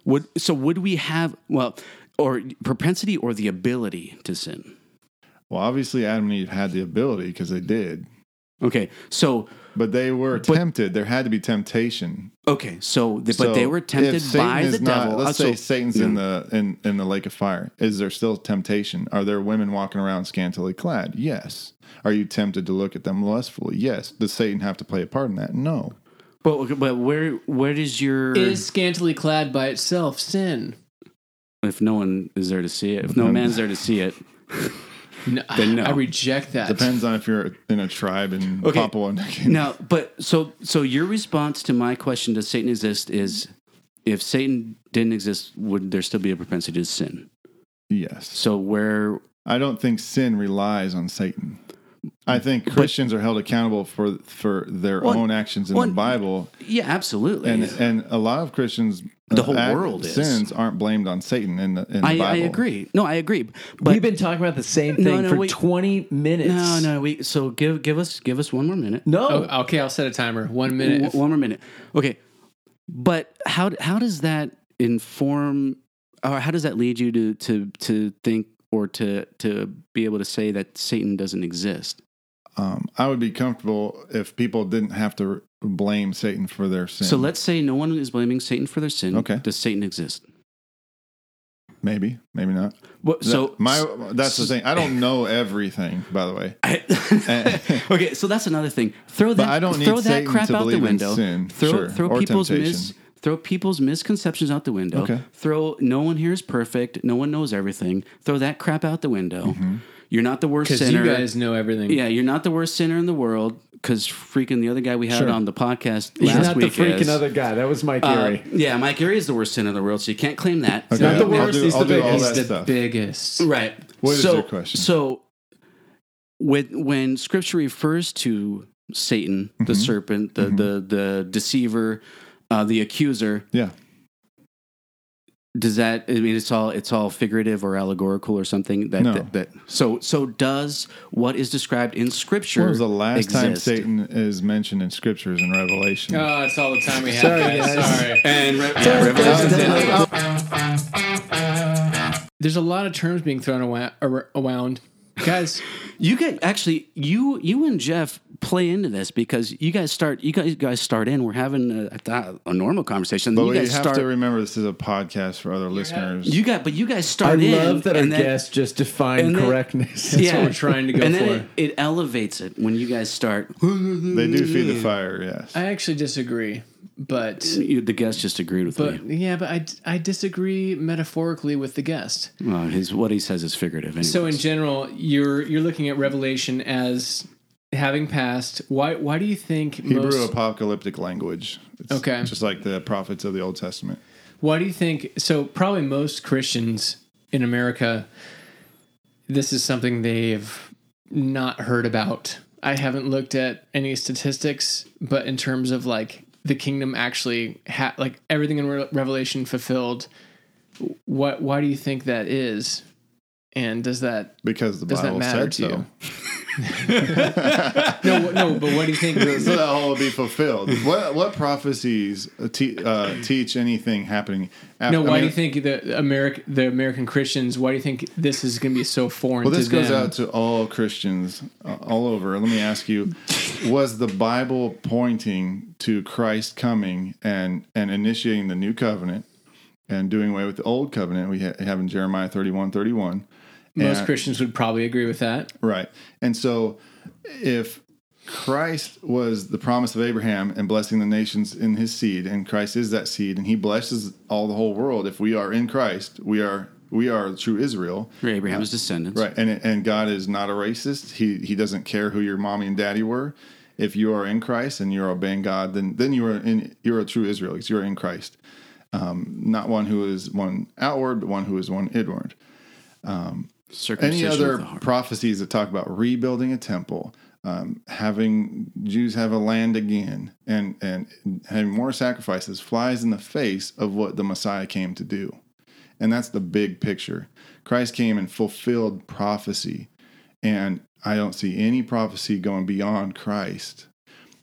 Would so would we have well or propensity or the ability to sin?
Well, obviously Adam and Eve had the ability because they did.
Okay. So
But they were tempted. There had to be temptation.
okay, so the,
So
but they were
if
tempted
Satan
by
is
the
not-
devil.
Let's
Uh, so- Mm.
say Satan's in the in, in the lake of fire. Is there still temptation? Are there women walking around scantily clad? Yes. Are you tempted to look at them lustfully? Yes. Does Satan have to play a part in that? No.
but, but where where does your
is scantily clad by itself sin?
if no one is there to see it, if no
Um,
man's there to see it.
No,
Then no.
I reject that.
Depends on if you're in a tribe in
Okay.
Papua New Guinea.
Now, but so so your response to my question does Satan exist is if Satan didn't exist, would there still be a propensity to sin?
Yes.
So where
I don't think sin relies on Satan. I think Christians are held accountable for for their
Well,
own actions in
well,
the Bible,
Yeah, absolutely.
and and a lot of Christians, uh,
The whole
act-
world is.
sins aren't blamed on Satan in the, in the
I,
Bible.
I agree. No, I agree. But
We've been talking about the same
No,
thing
no,
for
wait.
20 minutes.
no, no. We so give give us give us one more minute.
No.
Oh, okay, I'll set a timer. One minute.
One- one more minute. Okay, but how how does that inform, or how does that lead you to to to think or to to be able to say that Satan doesn't exist?
Um, I would be comfortable if people didn't have to blame Satan for their sin.
So let's say no one is blaming Satan for their sin.
Okay.
does Satan exist?
maybe, maybe not.
What, so
That- my that's the thing. I don't know everything, by the way.
I- okay, so that's another thing. Throw that.
But I don't need
throw that
Satan
crap
to
out the
believe in
window.
sin,
Throw
sure,
throw
or
people's
temptation.
mis, throw people's misconceptions out the window.
Okay.
Throw no one here is perfect. No one knows everything. Throw that crap out the window.
Mm-hmm.
You're not the worst
Because
sinner.
you guys know everything.
yeah, you're not the worst sinner in the world. Because freaking the other guy we had on the podcast
He's
last
not the
week
freaking
is.
other guy. That was my
uh,
theory.
yeah, Mike Gary is the worst sinner in the world, so you can't claim that.
Okay,
Not the
I'll
worst,
do-
he's the
I'll do all
biggest.
that
He's the
stuff.
biggest.
Right.
What is
so,
your question?
So, with, when Scripture refers to Satan, the
Mhm.
serpent, the, the the deceiver, uh, the accuser,
Yeah.
does that? I mean, it's all it's all figurative or allegorical or something. That
No.
that, that- so so does what is described in Scripture?
When was the last time
exist?
Satan is mentioned in scriptures in Revelation?
Oh, it's all the time we have.
Sorry,
guys.
guys.
Sorry.
And Re- yeah, Revelation's in-
There's a lot of terms being thrown awa- ar- around. Guys,
you get actually you you and Jeff play into this because you guys start you guys you guys start in we're having a, I thought a normal conversation.
but
you
we have
guys start
to remember this is a podcast for other listeners.
You got, but you guys
I
start in.
love that our
and then-
guests just define
and then-
correctness.
that's what we're trying to go
and
for.
then it, it elevates it when you guys start.
they do feed the fire, yes.
I actually disagree, but
You- the guest just agreed with
but
me.
yeah, but I, I disagree metaphorically with the guest.
Well, his what he says is figurative. Anyways.
So in general, you're you're looking at Revelation as having passed. Why why do you think
Hebrew
most,
apocalyptic language. It's
Okay.
Just like the prophets of the Old Testament.
Why do you think so? Probably most Christians in America, this is something they've not heard about. I haven't looked at any statistics, but in terms of like the kingdom actually, ha- like everything in Re- Revelation fulfilled, what why do you think that is? And does that
Because the
Does that
Bible
matter
said
to
so.
no wh- no? But what do you think?
so that all will be fulfilled. What what prophecies uh, te- uh, teach anything happening? After,
No, why do you think the American the American Christians? Why do you think this is going to be so foreign?
Well, this
to
goes
them?
out to all Christians uh, all over. Let me ask you: Was the Bible pointing to Christ coming and and initiating the new covenant and doing away with the old covenant we ha- have in Jeremiah thirty one thirty one?
Most Christians would probably agree with that.
Right. And so if Christ was the promise of Abraham and blessing the nations in his seed and Christ is that seed and he blesses all the whole world if we are in Christ, we are we are true Israel.
For Abraham's descendants,
Right. And and God is not a racist. He he doesn't care who your mommy and daddy were. If you are in Christ and you're obeying God, then then you are in you're a true Israel because you're in Christ. Um, not one who is one outward, but one who is one inward any
circumcision
other
of the heart.
prophecies that talk about rebuilding a temple um, having jews have a land again and and having more sacrifices flies in the face of what the messiah came to do and that's the big picture christ came and fulfilled prophecy and i don't see any prophecy going beyond christ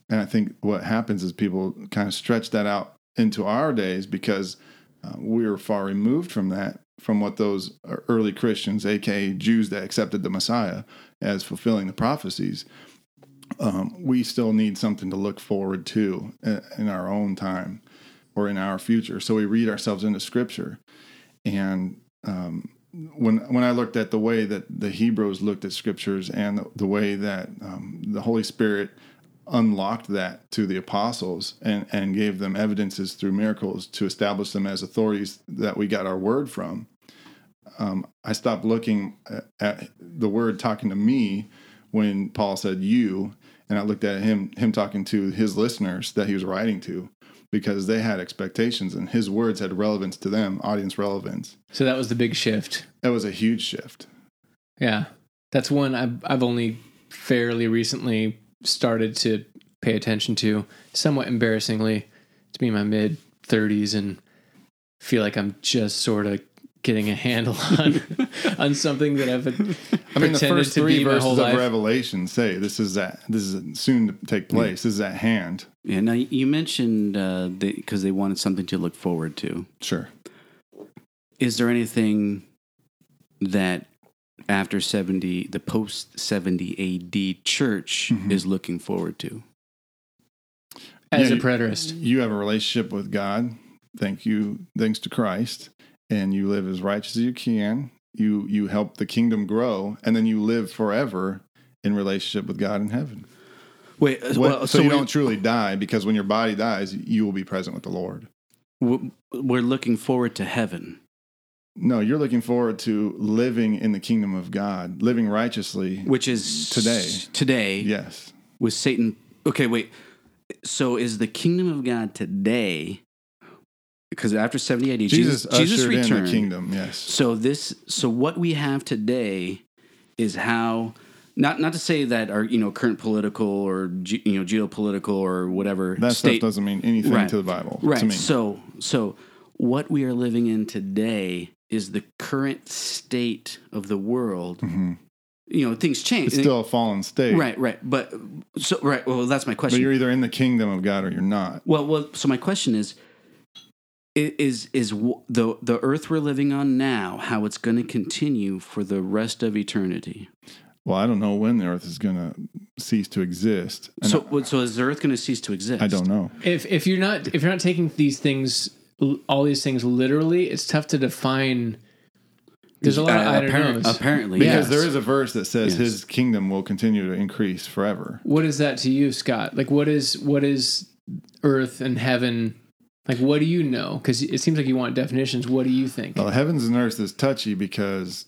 and i think what happens is people kind of stretch that out into our days because uh, we're far removed from that, from what those e, early Christians, aka Jews that accepted the Messiah as fulfilling the prophecies. Um, we still need something to look forward to i- in our own time or in our future. So we read ourselves into Scripture, and um, when when I looked at the way that the Hebrews looked at Scriptures and the, the way that um, the Holy Spirit unlocked that to the apostles and, and gave them evidences through miracles to establish them as authorities that we got our word from. Um, I stopped looking at, at the word talking to me when Paul said you, and I looked at him him talking to his listeners that he was writing to because they had expectations and his words had relevance to them, audience relevance.
So that was the big shift.
That was a huge shift.
Yeah, that's one I've I've only fairly recently started to pay attention to, somewhat embarrassingly, to be in my mid 30s and feel like I'm just sort of getting a handle on on something that I've
I mean, the
pretended
first
to
three
be my whole
verses of
life.
Revelation say this is at this is soon to take place. This is at hand.
Yeah. Now you mentioned because they wanted something to look forward to.
Sure.
Is there anything that after seventy, the post seventy A.D. church
Mhm.
is looking forward to?
as
Yeah,
a
you-
preterist.
You have a relationship with God. Thank you, thanks to Christ, and you live as righteous as you can. You you help the kingdom grow, and then you live forever in relationship with God in heaven.
Wait. uh,
What-
well,
so,
so,
you
we-
don't truly die because when your body dies, you will be present with the Lord.
we're- we're looking forward to heaven.
No, you're looking forward to living in the kingdom of God, living righteously.
which is
Today.
Today,
Yes.
with Satan. Okay, wait. So is the kingdom of God today? Because after seventy AD,
Jesus,
Jesus, Jesus
ushered in
returned.
the kingdom. Yes.
So this, so what we have today is how. Not, not to say that our you know current political or ge- you know geopolitical or whatever
That
state
stuff doesn't mean anything
Right.
to the Bible.
right
To me.
so so what we are living in today is the current state of the world
Mhm.
you know things change
It's still a fallen state.
Right, right. But so right, well that's my
But you're
question.
either in the kingdom of God or you're not.
Well, well so my question is i- is is w- the the earth we're living on now how it's going to continue for the rest of eternity?
Well, I don't know when the earth is going to cease to exist. And
So what- so is the earth going to cease to exist?
I don't know.
If if you're not if you're not taking these things all these things literally, it's tough to define. There's a lot of
Uh,
I don't
apparent-
knows.
apparently.
Because
yes.
there is a verse that says
Yes.
his kingdom will continue to increase forever.
what is that to you scott like what is what is earth and heaven like what do you know because it seems like you want definitions what do you think
Well, heavens and earth is touchy because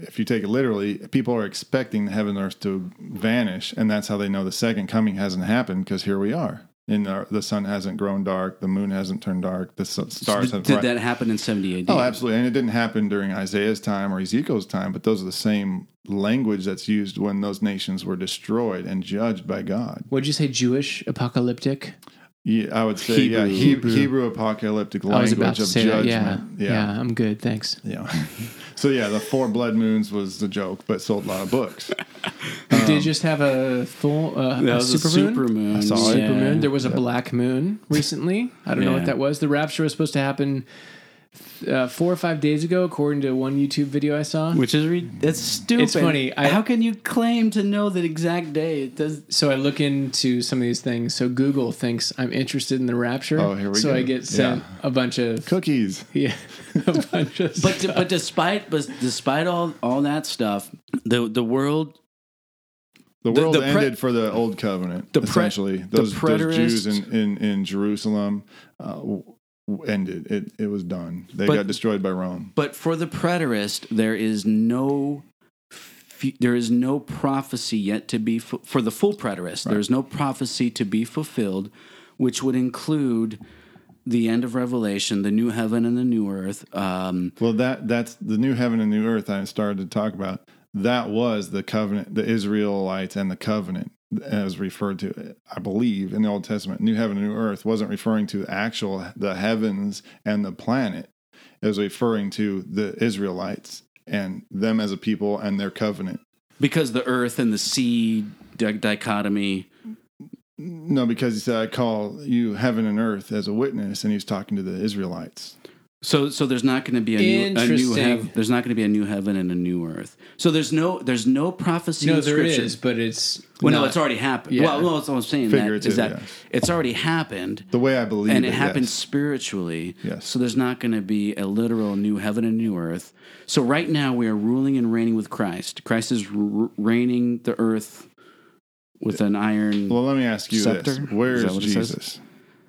if you take it literally, people are expecting the heaven and earth to vanish, and that's how they know the second coming hasn't happened because here we are. And the, the sun hasn't grown dark, the moon hasn't turned dark, the s-
So
stars
did,
haven't.
did that happen in 70 AD?
Oh, absolutely. And it didn't happen during Isaiah's time or Ezekiel's time, but those are the same language that's used when those nations were destroyed and judged by God.
would you say jewish apocalyptic
Yeah, I would say, yeah,
Hebrew.
He- Hebrew, apocalyptic
i was about
language
to
of
say
judgment.
that yeah. yeah
yeah.
i'm good thanks
yeah. so, yeah, the Four Blood Moons was the joke, but sold a lot of books.
we did just have a, thor- uh,
That
a
was a
super moon
super moon.
I saw it.
yeah.
Supermoon. There was a black moon recently. I don't know
Yeah.
what that was. The rapture was supposed to happen uh, four or five days ago, according to one YouTube video I saw.
Which is re- that's stupid.
funny, I-
How can you claim to know the exact day? It does.
so I look into some of these things. So Google thinks I'm interested in the rapture.
Oh, here we
so
go.
I get sent
Yeah.
a bunch of
Cookies.
yeah, a bunch of
But but despite but despite all all that stuff, the the world
The
The-
world
the pre-
ended for the old covenant,
The pre-
essentially. those, those Jews
preterists-
in, in, in Jerusalem uh, w- w- ended. It, it was done. They
But-
got destroyed by Rome.
but for the preterist, there is no fu- there is no prophecy yet to be fu- for the full preterist. There is no prophecy to be fulfilled, which would include the end of Revelation, the new heaven and the new earth. Um,
Well, that that's the new heaven and new earth I started to talk about. That was the covenant, the Israelites and the covenant, as referred to, I believe, in the Old Testament. New heaven and new earth wasn't referring to the actual the heavens and the planet. It was referring to the Israelites and them as a people and their covenant.
because the earth and the sea di- dichotomy.
No, because he said, "I call you heaven and earth as a witness," and he was talking to the Israelites.
So, so there's not going to be a new, a new
Interesting.
heaven. There's not going to be a new heaven and a new earth. So there's no there's no prophecy.
no,
in
there
scripture.
is, but it's
Well, no,
not-
it's already happened.
Yeah.
Well, no, that's what I'm saying. That,
Figurative,
is that
yeah.
it's already happened,
The way I believe,
and
it,
it happened
yes.
spiritually.
Yes.
So there's not going to be a literal new heaven and new earth. So right now we are ruling and reigning with Christ. Christ is r- reigning the earth with an iron
Well, let me ask you this:
Scepter?
Where
Is
is,
that what it says?
Jesus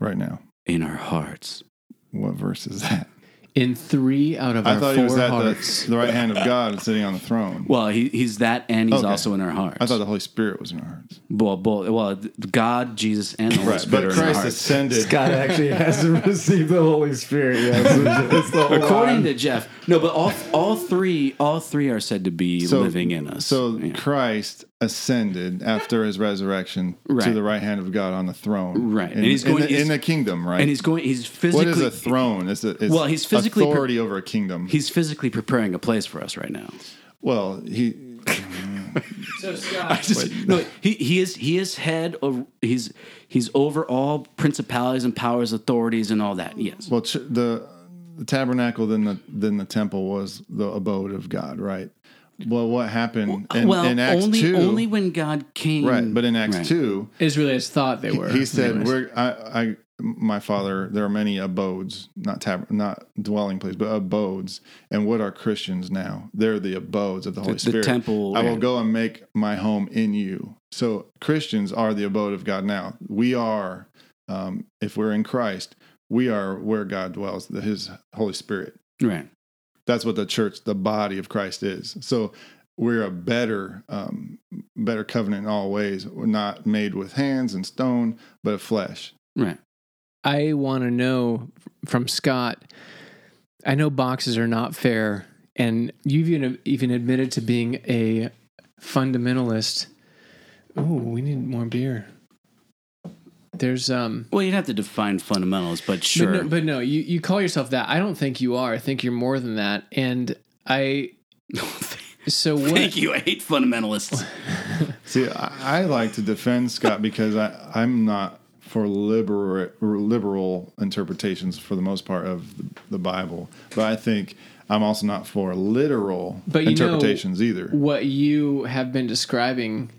right now?
in our hearts.
What verse is that?
in three out of
I
our
thought
four
he was at
hearts.
the, the right hand of God and sitting on the throne.
Well, he, he's that, and he's
Okay.
also in our hearts.
I thought the Holy Spirit was in our hearts.
well, well, well, God, Jesus, and the Holy
Right,
Spirit.
but
are in our
Christ
hearts.
ascended.
God actually hasn't received the Holy Spirit yet. It's- it's the whole
According
line.
to Jeff, no, but all all three all three are said to be living in us.
So
Yeah.
Christ ascended after his resurrection to
Right.
the right hand of God on the throne.
Right.
In,
And he's
in
going-
the,
he's-
in the kingdom, right?
and he's going. He's physically.
what is a throne? It's a, it's
Well, he's physically pre-
authority over a kingdom.
He's physically preparing a place for us right now.
well, he
So Scott,
Just- no, he, he is he is head of he's he's over all principalities and powers, authorities, and all that. Yes,
well ch- the the tabernacle then the then the temple was the abode of God, right? Well, what happened in,
well,
in Acts
only
two?
only when God came,
right, but in Acts
Right.
two,
Israelites thought they were.
He said,
anyways.
"We're I, I my father. There are many abodes, not tab, not dwelling place, but abodes. And what are Christians now? They're the abodes of the Holy
the
Spirit.
temple
I will
and-
go and make my home in you. So Christians are the abode of God now. We are, um, if we're in Christ, we are where God dwells, the, His Holy Spirit.
right,
That's what the church, the body of Christ, is. So we're a better, um, better covenant in all ways. We're not made with hands and stone, but of flesh.
right.
I want to know from Scott. I know boxes are not fair, and you've even even admitted to being a fundamentalist. Oh, we need more beer. There's um.
Well, you'd have to define fundamentals, but sure.
But no, but no, you, you call yourself that. I don't think you are. I think you're more than that. And I. So what?
Thank you. I hate fundamentalists.
See, I, I like to defend Scott because I, I'm not for liberal, liberal interpretations for the most part of the, the Bible, but I think I'm also not for literal
But you know-
interpretations either.
What you have been describing,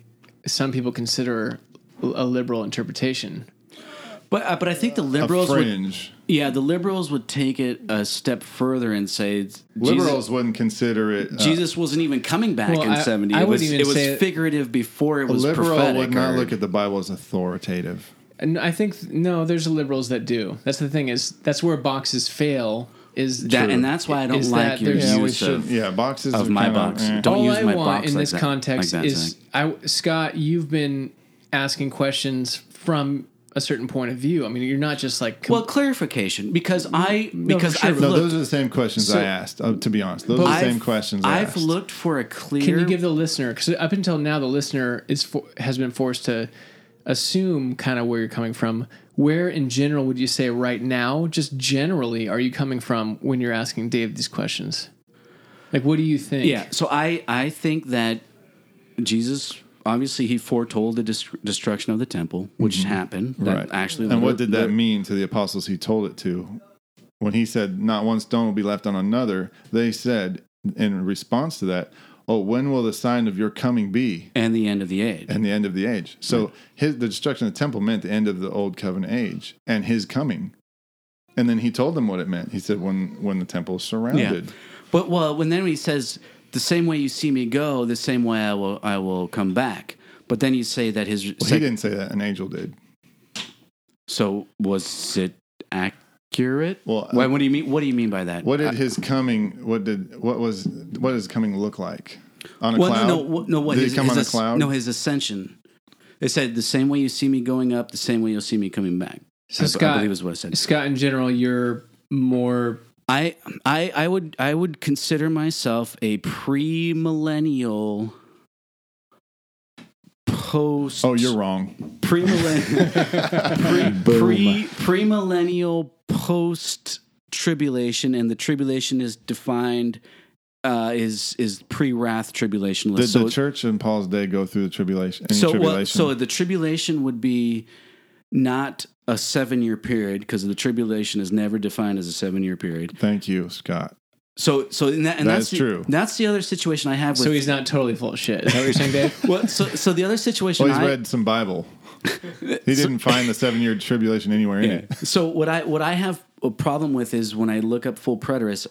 some people consider a liberal interpretation.
But uh, but I think the
A
liberals would,
fringe.
yeah, the liberals would take it a step further and say Jesus-
Liberals wouldn't consider it. uh,
Jesus wasn't even coming back
Well,
in
I-
seventy.
I
it
would
was
even
it was
say-
figurative before it
a
was
liberal
prophetic.
would not
or-
look at the Bible as authoritative.
And I think no, there's liberals that do. That's the thing is that's where boxes fail. Is
that, and that's why I don't
Is
like
that
your
there's-
use
Yeah,
we
of
shouldn't- yeah, boxes
of
are
my
kinda,
box.
eh.
Don't
all
use
I
my
want
box
in
like
this
that-
context
like that,
is
Zach.
I Scott, you've been asking questions from a certain point of view. I mean, you're not just like com-
well clarification because I because
sure,
I've
No,
looked,
those are the same questions I asked. Uh, to be honest, those are the
I've-
same questions I
I've
asked.
looked for a clear.
can you give the listener because up until now the listener is for, has been forced to assume kind of where you're coming from. Where in general would you say right now, just generally, are you coming from when you're asking Dave these questions? Like, what do you think?
Yeah. So I I think that Jesus obviously he foretold the dest- destruction of the temple, which happened. That
Mm-hmm. right.
Actually,
and what did that mean to the apostles he told it to? When he said, "Not one stone will be left on another," they said in response to that, "Oh, when will the sign of your coming be?"
And the end of the age.
And the end of the age. So his the destruction of the temple meant the end of the old covenant age and his coming. And then he told them what it meant. He said, "When when the temple is surrounded."
But well, when then he says, "The same way you see me go, the same way I will I will come back." But then you say that his
Well, he
sec-
didn't say that. An angel did.
so was it accurate?
Well, uh,
Why, what do you mean? What do you mean by that?
What
Uh,
did his coming? What did what was what does coming look like on a
well,
cloud?
no, no, what- no. What
did
his,
he come
his
on a
as-
cloud?
No, his ascension. They said the same way you see me going up, the same way you'll see me coming back.
So
I, I
Scott-
believe is what I said.
Scott, in general, you're more
I I I would I would consider myself a pre-millennial post
oh, you're wrong.
pre-millennial pre, pre millennial post tribulation and the tribulation is defined uh, is is pre-wrath tribulation
Did
so
the church in Paul's day go through the tribulation? Any
so well,
tribulation?
so the tribulation would be not a 7-year period because the tribulation is never defined as a 7-year period.
Thank you, Scott.
So so and, that, and
That
that's the-
is true.
That's the other situation I have with
so he's not totally full of shit. Is that what you're saying, Dave?
Well, so so the other situation
Well, he's
I
read some Bible. He didn't find the seven-year tribulation anywhere in it.
so what I what I have a problem with is when I look up full preterists,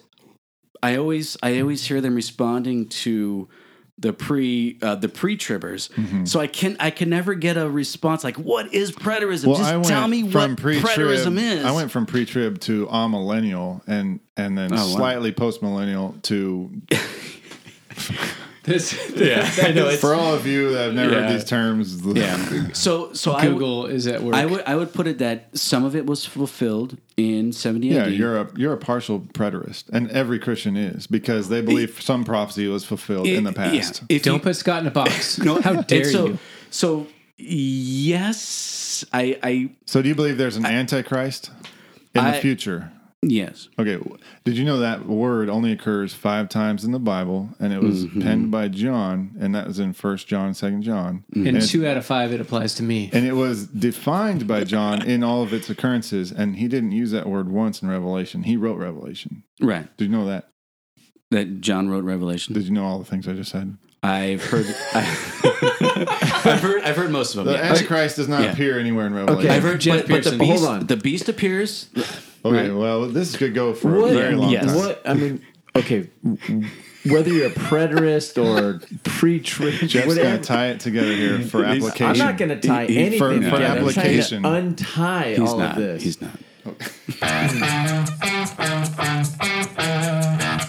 I always I always hear them responding to the pre uh, the pre tribbers.
Mm-hmm.
So I can I can never get a response like what is preterism?
Well, I
Just
went
tell me
from
what
pre-trib,
preterism is.
I went from pre-trib to amillennial, and and then
Oh, wow.
slightly post-millennial to
This,
Yeah, I know. It's,
For all of you that have never
Yeah.
heard these terms,
yeah. So, so I would-
Google is at work.
I would I would put it that some of it was fulfilled in 70
Yeah,
AD.
you're a you're a partial preterist, and every Christian is because they believe some prophecy was fulfilled in the
It-
past.
Yeah. If
Don't
you-
put Scott in a box.
no,
How
and
dare
so,
you?
So yes, I I
So, do you believe there's an antichrist in
I-
the future?
yes.
Okay, w- did you know that word only occurs five times in the Bible, and it
Mm-hmm.
was penned by John, and that was in First John, Second John,
Mm-hmm.
And
and,
two out of five, it applies to me.
and it was defined by John in all of its occurrences, and he didn't use that word once in Revelation. He wrote Revelation.
Right.
Did you know that?
That John wrote Revelation.
Did you know all the things I just said?
I've heard I, have heard I've heard most of them.
The
yeah.
Antichrist does not
Yeah.
appear anywhere in Revelation.
I've heard
Jeff
but, but the
Pearson.
beast,
Hold on.
the beast appears.
Okay,
Right.
well, this could go for
What-
a very long
Yes.
time.
What I mean, okay, w- whether you're a preterist or pre-trib,
Jeff's going to
whatever.
tie it together here for application.
I'm not going to tie
He- he-
anything
for- for
together.
application.
I'm trying to untie
He's
all
not.
of this.
He's not.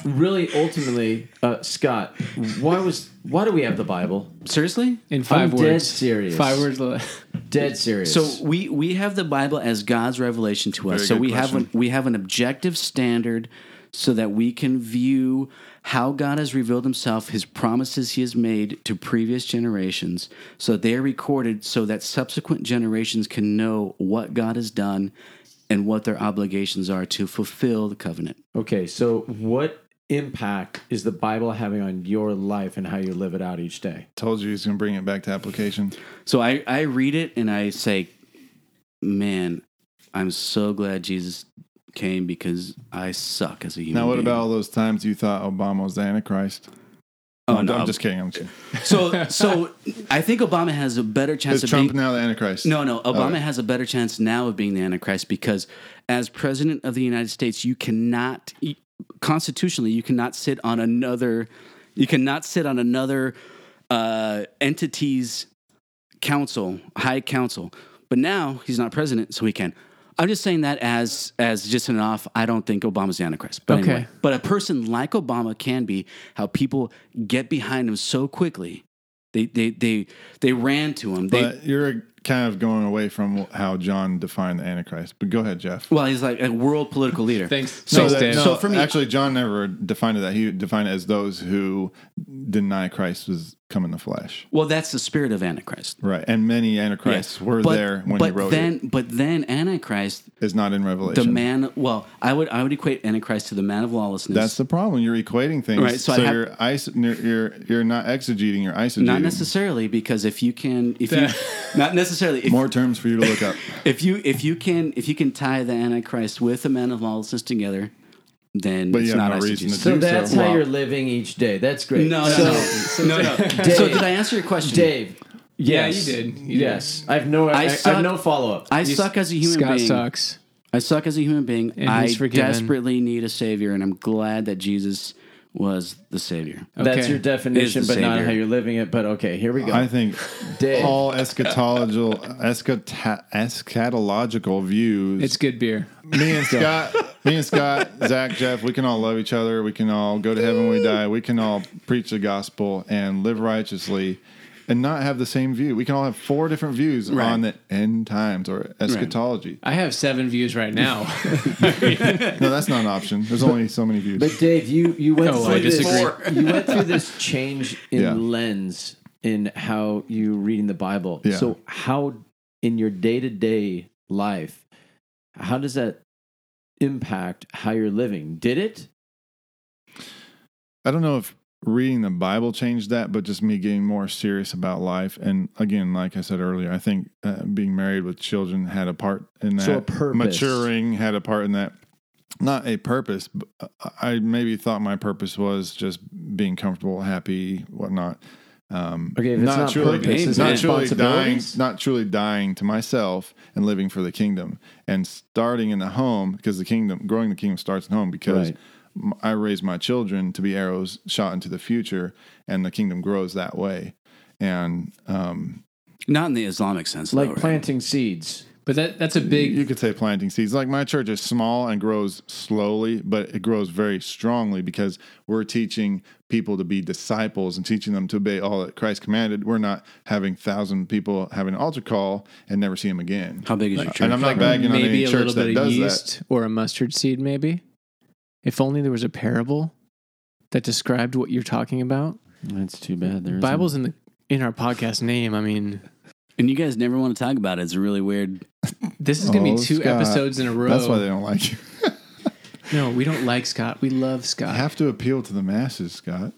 really, ultimately, uh, Scott, why was why do we have the Bible?
Seriously?
In 5
I'm
words.
dead serious.
Five words. le-
Dead serious.
So we we have the Bible as God's revelation to us.
Very
so
good
we have
question.
an, we have an objective standard so that we can view how God has revealed himself, his promises he has made to previous generations, so they are recorded so that subsequent generations can know what God has done and what their obligations are to fulfill the covenant.
okay, so what impact is the Bible having on your life and how you live it out each day?
Told you he's going to bring it back to application.
So I, I read it and I say, man, I'm so glad Jesus came because I suck as a human.
Now, what
being.
about all those times you thought Obama was the Antichrist?
Oh,
I'm,
no.
I'm just kidding. I'm just kidding.
So, so I think Obama has a better chance
Is
of
Trump
being.
now the Antichrist?
No, no. Obama has a better chance now of being the Antichrist because, as president of the United States, you cannot e, constitutionally you cannot sit on another you cannot sit on another uh, entity's council, high council. But now he's not president, so he can. I'm just saying that as as just an off. I don't think Obama's the Antichrist, but
Okay.
anyway. But a person like Obama can be. How people get behind him so quickly. They they they they ran to him. They,
But you're kind of going away from how John defined the Antichrist. But go ahead, Jeff.
Well, he's like a world political leader.
Thanks.
So,
Thanks,
that-
Dan.
so for me,
actually, John never defined it that. He defined it as those who deny Christ was come in the flesh.
well, that's the spirit of Antichrist.
Right. And many Antichrists were
but,
there when
but
he wrote
then,
it.
But then Antichrist,
It's not in
the
Revelation.
man. Well, I would I would equate Antichrist to the man of lawlessness.
That's the problem. You're equating things.
Right, so
So,
I have-
you're, ice, you're, you're you're not exegeting. You're eisegeting.
not necessarily because if you can, if you not necessarily if,
More terms for you to look up.
if you if you can if you can tie the Antichrist with the man of lawlessness together, then
But you
it's
have
not
no reason
eisegesis.
to
So
do
that's
so.
how
Well-
you're living each day. That's great.
No, no,
So,
no, no, no. So did I answer your question?
Dave.
Yeah,
Yes.
you did. You
yes. I have no. I, I
suck-
have no follow up.
I suck as a human
Scott
being.
sucks.
I suck as a human being.
And
I
he's forgiven.
desperately need a savior, and I'm glad that Jesus was the savior.
That's
Okay.
your
Is
definition,
the
but not
savior.
how you're living it. But okay, here we go.
I think
Dave.
all eschatological eschata, eschatological views.
It's good beer.
me and Scott, me and Scott, Zach, Jeff. We can all love each other. We can all go to heaven when we die. We can all preach the gospel and live righteously, and not have the same view. We can all have four different views on the end times or eschatology.
I have seven views right now.
No, that's not an option. There's only so many views.
But Dave, you you went
No,
through
I
this.
disagree.
You went through this change in
Yeah.
lens in how you reading the Bible.
Yeah.
So how in your day to day life, how does that impact how you're living? Did it?
I don't know if reading the Bible changed that, but just me getting more serious about life. And again, like I said earlier, I think uh, being married with children had a part in that.
So a purpose.
Maturing had a part in that. Not a purpose. But uh, I maybe thought my purpose was just being comfortable, happy, whatnot. Um,
Okay, if it's not purpose, it's
not truly dying,
responsibilities?
not truly dying to myself and living for the kingdom and starting in the home because the kingdom, growing the kingdom starts at home because
Right.
m- I raise my children to be arrows shot into the future and the kingdom grows that way. And um,
Not in the Islamic sense,
Like
though, right?
planting seeds.
But that that's a big
You could say planting seeds. Like my church is small and grows slowly, but it grows very strongly because we're teaching people to be disciples and teaching them to obey all that Christ commanded. We're not having thousand people having an altar call and never see them again.
How big is your
Like,
church?
and I'm not bagging on
maybe
any
a
church
little
that
bit of
does
yeast or a mustard seed, maybe. If only there was a parable that described what you're talking about.
That's too bad. There isn't.
Bible's in the in our podcast name. I mean,
and you guys never want to talk about it. It's really weird.
this is gonna
Oh,
be two
Scott.
episodes in a
that.
row.
That's why they don't like you.
no, we don't like Scott. We love
I
Scott.
have to appeal to the masses, Scott.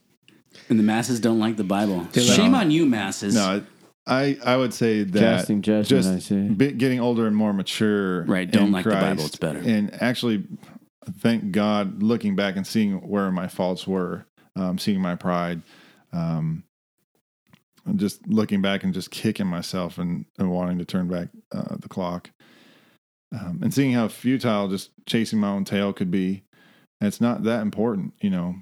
And the masses don't like the Bible.
They
let-
Shame on you, masses.
No, I I would say that
Casting judgment,
just
I see.
be- getting older and more mature.
Right, don't
in
like the Bible, it's better.
And actually, thank God, looking back and seeing where my faults were, um, seeing my pride, um, and just looking back and just kicking myself and, and wanting to turn back uh, the clock, um, and seeing how futile just chasing my own tail could be. And it's not that important, you know.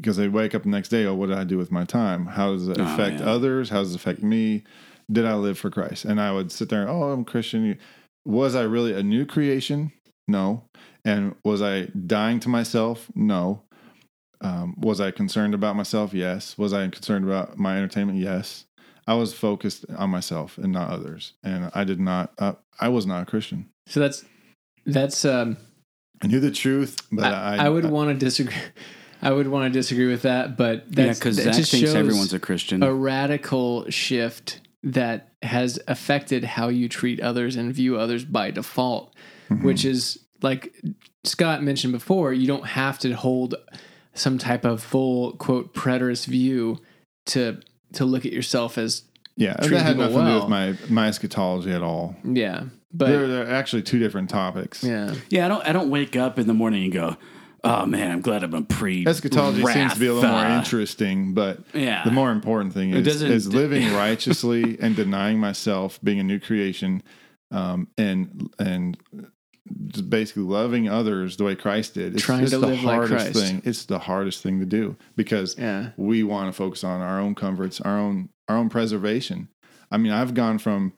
Because I wake up the next day, oh, what did I do with my time? How does it
Oh,
affect
yeah.
others? How does it affect me? did I live for Christ? And I would sit there and, oh, I'm Christian. Was I really a new creation? No. And was I dying to myself? No. Um, was I concerned about myself? Yes. Was I concerned about my entertainment? Yes. I was focused on myself and not others. And I did not, uh, I was not a Christian.
so that's that's um
I knew the truth, but I,
I, I would want to disagree. I would want to disagree with that, but
Yeah,
that's,
because
that
Zach
just
thinks
shows
everyone's a Christian.
a radical shift that has affected how you treat others and view others by default, which is like Scott mentioned before, you don't have to hold some type of full quote preterist view to to look at yourself as
yeah, that
treat
had
people
nothing to do
well.
with my, my eschatology at all.
yeah. But
they're, they're actually two different topics.
yeah.
yeah, I don't. I don't wake up in the morning and go, "Oh man, I'm glad I'm a pre."
Eschatology seems to be a little more
Wrath, uh,
interesting, but
Yeah.
the more important thing is,
doesn't-
is living righteously and denying myself, being a new creation, um, and and just basically loving others the way Christ did. It's,
Trying
it's
to
the
live like
hardest
Christ.
thing. It's the hardest thing to do because
Yeah.
we want to focus on our own comforts, our own our own preservation. I mean, I've gone from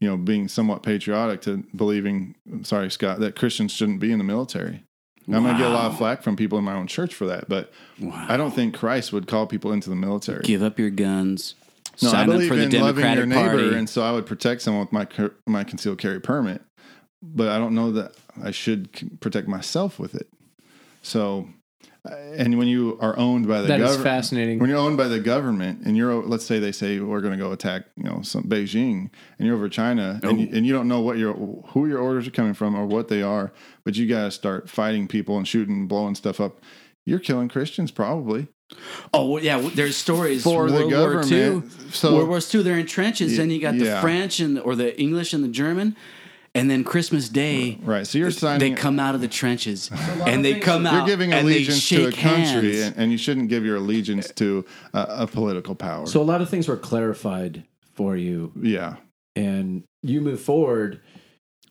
you know being somewhat patriotic to believing. I'm sorry, Scott, that Christians shouldn't be in the military. Now, I'm going to get a lot of flack from people in my own church for that, but
Wow.
I don't think Christ would call people into the military.
Give up your guns.
No,
sign
I believe
up for the
in loving your
Democratic
neighbor,
Party.
and so I would protect someone with my cur- my concealed carry permit, but I don't know that I should c- protect myself with it. So, uh, and when you are owned by the
That is
government,
fascinating.
When you're owned by the government, and you're let's say they say we're going to go attack you know some Beijing, and you're over China, and,
Oh.
you, and you don't know what your who your orders are coming from or what they are, but you got to start fighting people and shooting, blowing stuff up. You're killing Christians, probably.
Oh well, yeah, well, there's stories
For the
World War II.
government, so-
World War II, they're in trenches. Then you got the
Yeah.
French and or the English and the German, and then Christmas Day,
Right. So you're signing.
they come out of the trenches and they come out.
You're giving
and they
allegiance to a
shake
country,
hands.
and, and you shouldn't give your allegiance to a, a political power.
So a lot of things were clarified for you,
yeah,
and you move forward.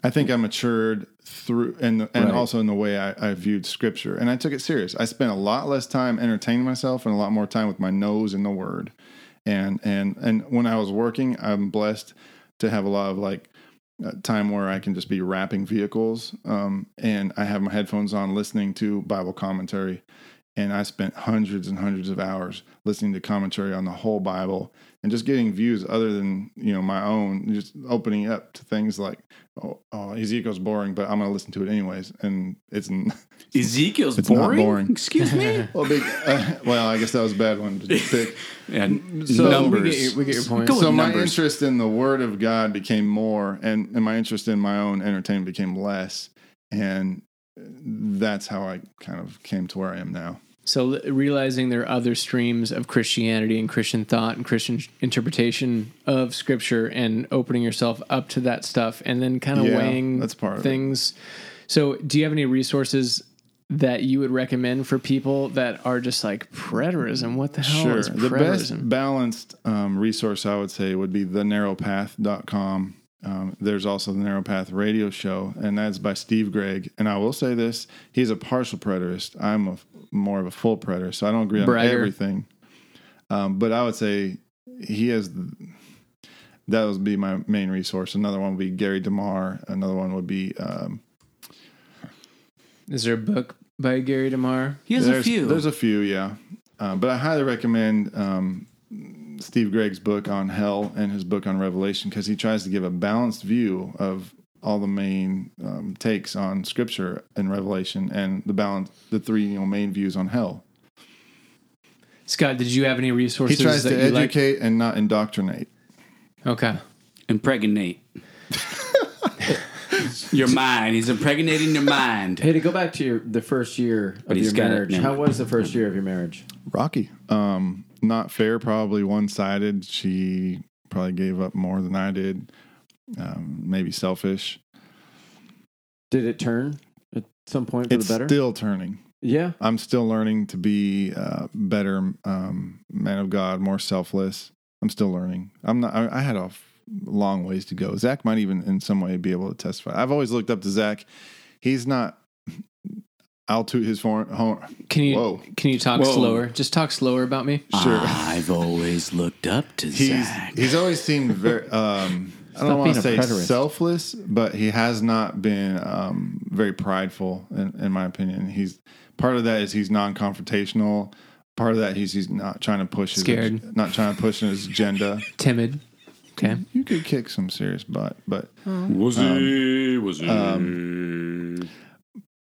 I think I matured through, and and
Right.
also in the way I, I viewed scripture, and I took it serious. I spent a lot less time entertaining myself, and a lot more time with my nose in the word. And and and when I was working, I'm blessed to have a lot of like uh, time where I can just be wrapping vehicles, um, and I have my headphones on, listening to Bible commentary, and I spent hundreds and hundreds of hours listening to commentary on the whole Bible and just getting views other than you know my own, just opening up to things like oh, oh Ezekiel's boring, but I'm going to listen to it anyways, and it's n-
Ezekiel's
It's not
boring?
boring.
Excuse me.
well, big, uh, well, I guess that was a bad one to pick.
and
So-
numbers.
We get your, we get your point.
Go with
so my
numbers.
interest in the Word of God became more, and and my interest in my own entertainment became less, and uh, that's how I kind of came to where I am now.
So l- realizing there are other streams of Christianity and Christian thought and Christian sh- interpretation of Scripture, and opening yourself up to that stuff, and then kind of
Yeah,
weighing
that's part of it.
things. So, do you have any resources that you would recommend for people that are just like preterism? What the hell is
The best
preterism?
balanced um, resource I would say would be thenarrowpath.com. Um, there's also the Narrow Path radio show, and that's by Steve Gregg. And I will say this he's a partial preterist. I'm a, more of a full preterist, so I don't agree
Bragger.
on everything. Um, but I would say he has that would be my main resource. Another one would be Gary DeMar. Another one would be um,
Is there a book by Gary DeMar?
He has a
there's-
few.
There's a few, yeah. Uh, but I highly recommend um, Steve Gregg's book on hell and his book on Revelation because he tries to give a balanced view of all the main um, takes on Scripture and Revelation and the balance, the three you know, main views on hell.
Scott, did you have any
He
resources?
tries to
that you like?
educate and not indoctrinate.
Okay.
impregnate your mind. He's impregnating your mind.
Hey, to go back to your the first year of
he's
your
got it
marriage,
now.
how was the first year of your marriage?
Rocky. Um, not fair, probably one sided. She probably gave up more than I did. Um, maybe selfish.
Did it turn at some point for
It's
the better?
still turning.
yeah.
I'm still learning to be a better um, man of God, more selfless. I'm still learning. I'm not. I, I had a f- long ways to go. Zach might even, in some way, be able to testify. I've always looked up to Zach. He's not. I'll toot his horn. horn.
Can you
Whoa.
can you talk
Whoa.
slower? Just talk slower about me.
Sure.
I've always looked up to
He's
Zach.
he's always seemed very. Um, I
Stop
don't want
being
to
a
say
preterist.
selfless, but he has not been um, very prideful, in, in my opinion. He's part of that is he's non-confrontational. Part of that he's he's not trying to push his
Scared.
not trying to push his agenda.
Timid. Okay.
You could kick some serious butt, but um,
Was he? Was he?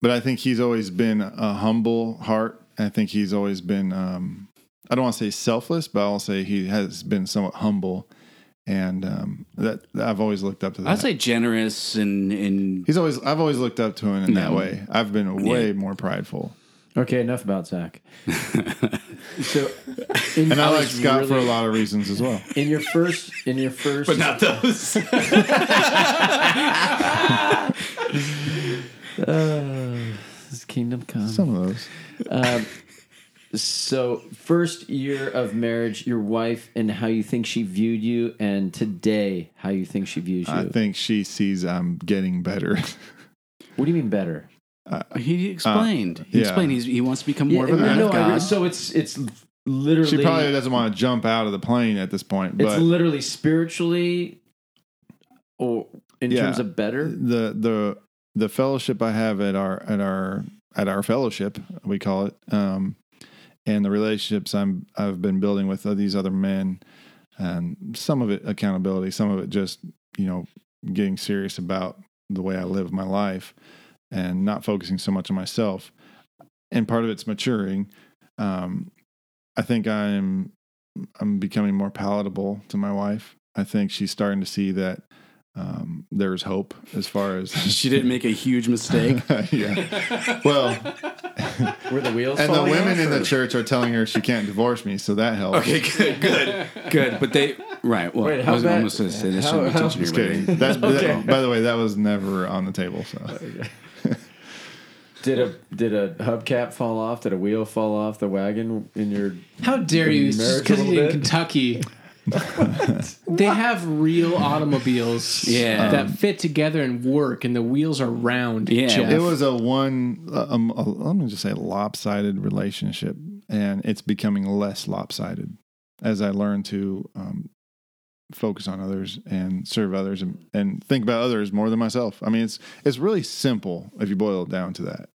but I think he's always been a humble heart. I think he's always been um, I don't want to say selfless, but I'll say he has been somewhat humble, and um, that I've always looked up to that.
I'd say generous and and
he's always I've always looked up to him in that
Yeah.
way. I've been way more prideful,
Okay, enough about Zach. so, in,
and I, like
was
Scott for a
really-
lot of reasons as well.
In your first, in your first,
those.
Uh, This is Kingdom Come.
Some of those.
So, first year of marriage, your wife and how you think she viewed you, and today how you think she views you.
I think she sees I'm getting better.
what do you mean better?
He explained. he
Uh, yeah.
explained. He's, he wants to become more of a
Yeah,
man
no,
of
I
God.
re- so it's it's literally
she probably doesn't want to jump out of the plane at this point,
it's
but
literally spiritually, or in
Yeah.
terms of better.
the the the fellowship I have at our at our at our fellowship we call it, um, and the relationships I'm I've been building with these other men, and some of it accountability, some of it just you know getting serious about the way I live my life, and not focusing so much on myself, and part of it's maturing. Um, I think I'm I'm becoming more palatable to my wife. I think she's starting to see that um, there's hope as far as
she didn't make a huge mistake.
yeah. Well,
Were the wheels
and the
falling
women
off,
in
or-
the church are telling her she can't divorce me, so that helps.
Okay, good, good, good. But they right. Well,
Wait,
I
how
was
bad-
almost going to say this
how-
shouldn't be
how-
touching
Just
your
kidding.
wedding.
That's, that- by the way, that was never on the table.
Uh,
So
Did a did a hubcap fall off? Did a wheel fall off the wagon in your?
How dare you? Just
Marriage
because
a
you're
little
in
bit.
Kentucky. they have real automobiles
Yeah.
that fit together and work, and the wheels are round.
Yeah.
Jeff.
it was a one. uh, Um, a, let me just say lopsided relationship, and it's becoming less lopsided as I learn to um, focus on others and serve others and, and think about others more than myself. I mean, it's it's really simple if you boil it down to that.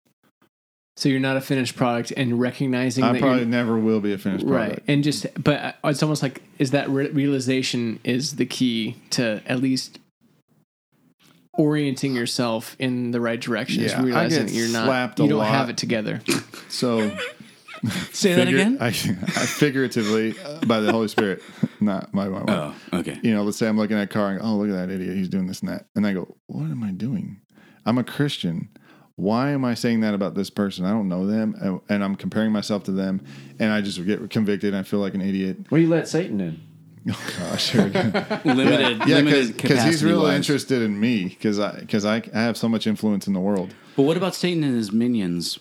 So you're not a finished product, and recognizing
I
that
probably
you're
never will be a finished product.
right and just but uh, it's almost like is that re- realization is the key to at least orienting yourself in the right direction is
Yeah, I
realizing
get
that you're not
slapped a
you don't
lot.
have it together
So
Say that again.
I, I figuratively uh, by the Holy Spirit, not by my wife.
oh, okay.
You know, let's say I'm looking at a car and go, oh look at that idiot, he's doing this and that, and I go, what am I doing? I'm a Christian. Why am I saying that about this person? I don't know them, and- and I'm comparing myself to them, and I just get convicted. And I feel like an idiot.
Well, you let Satan in.
Gosh, here we go.
Limited,
yeah,
limited
because he's really
capacity-wise.
interested in me because I because I, I have so much influence in the world.
But what about Satan and his minions?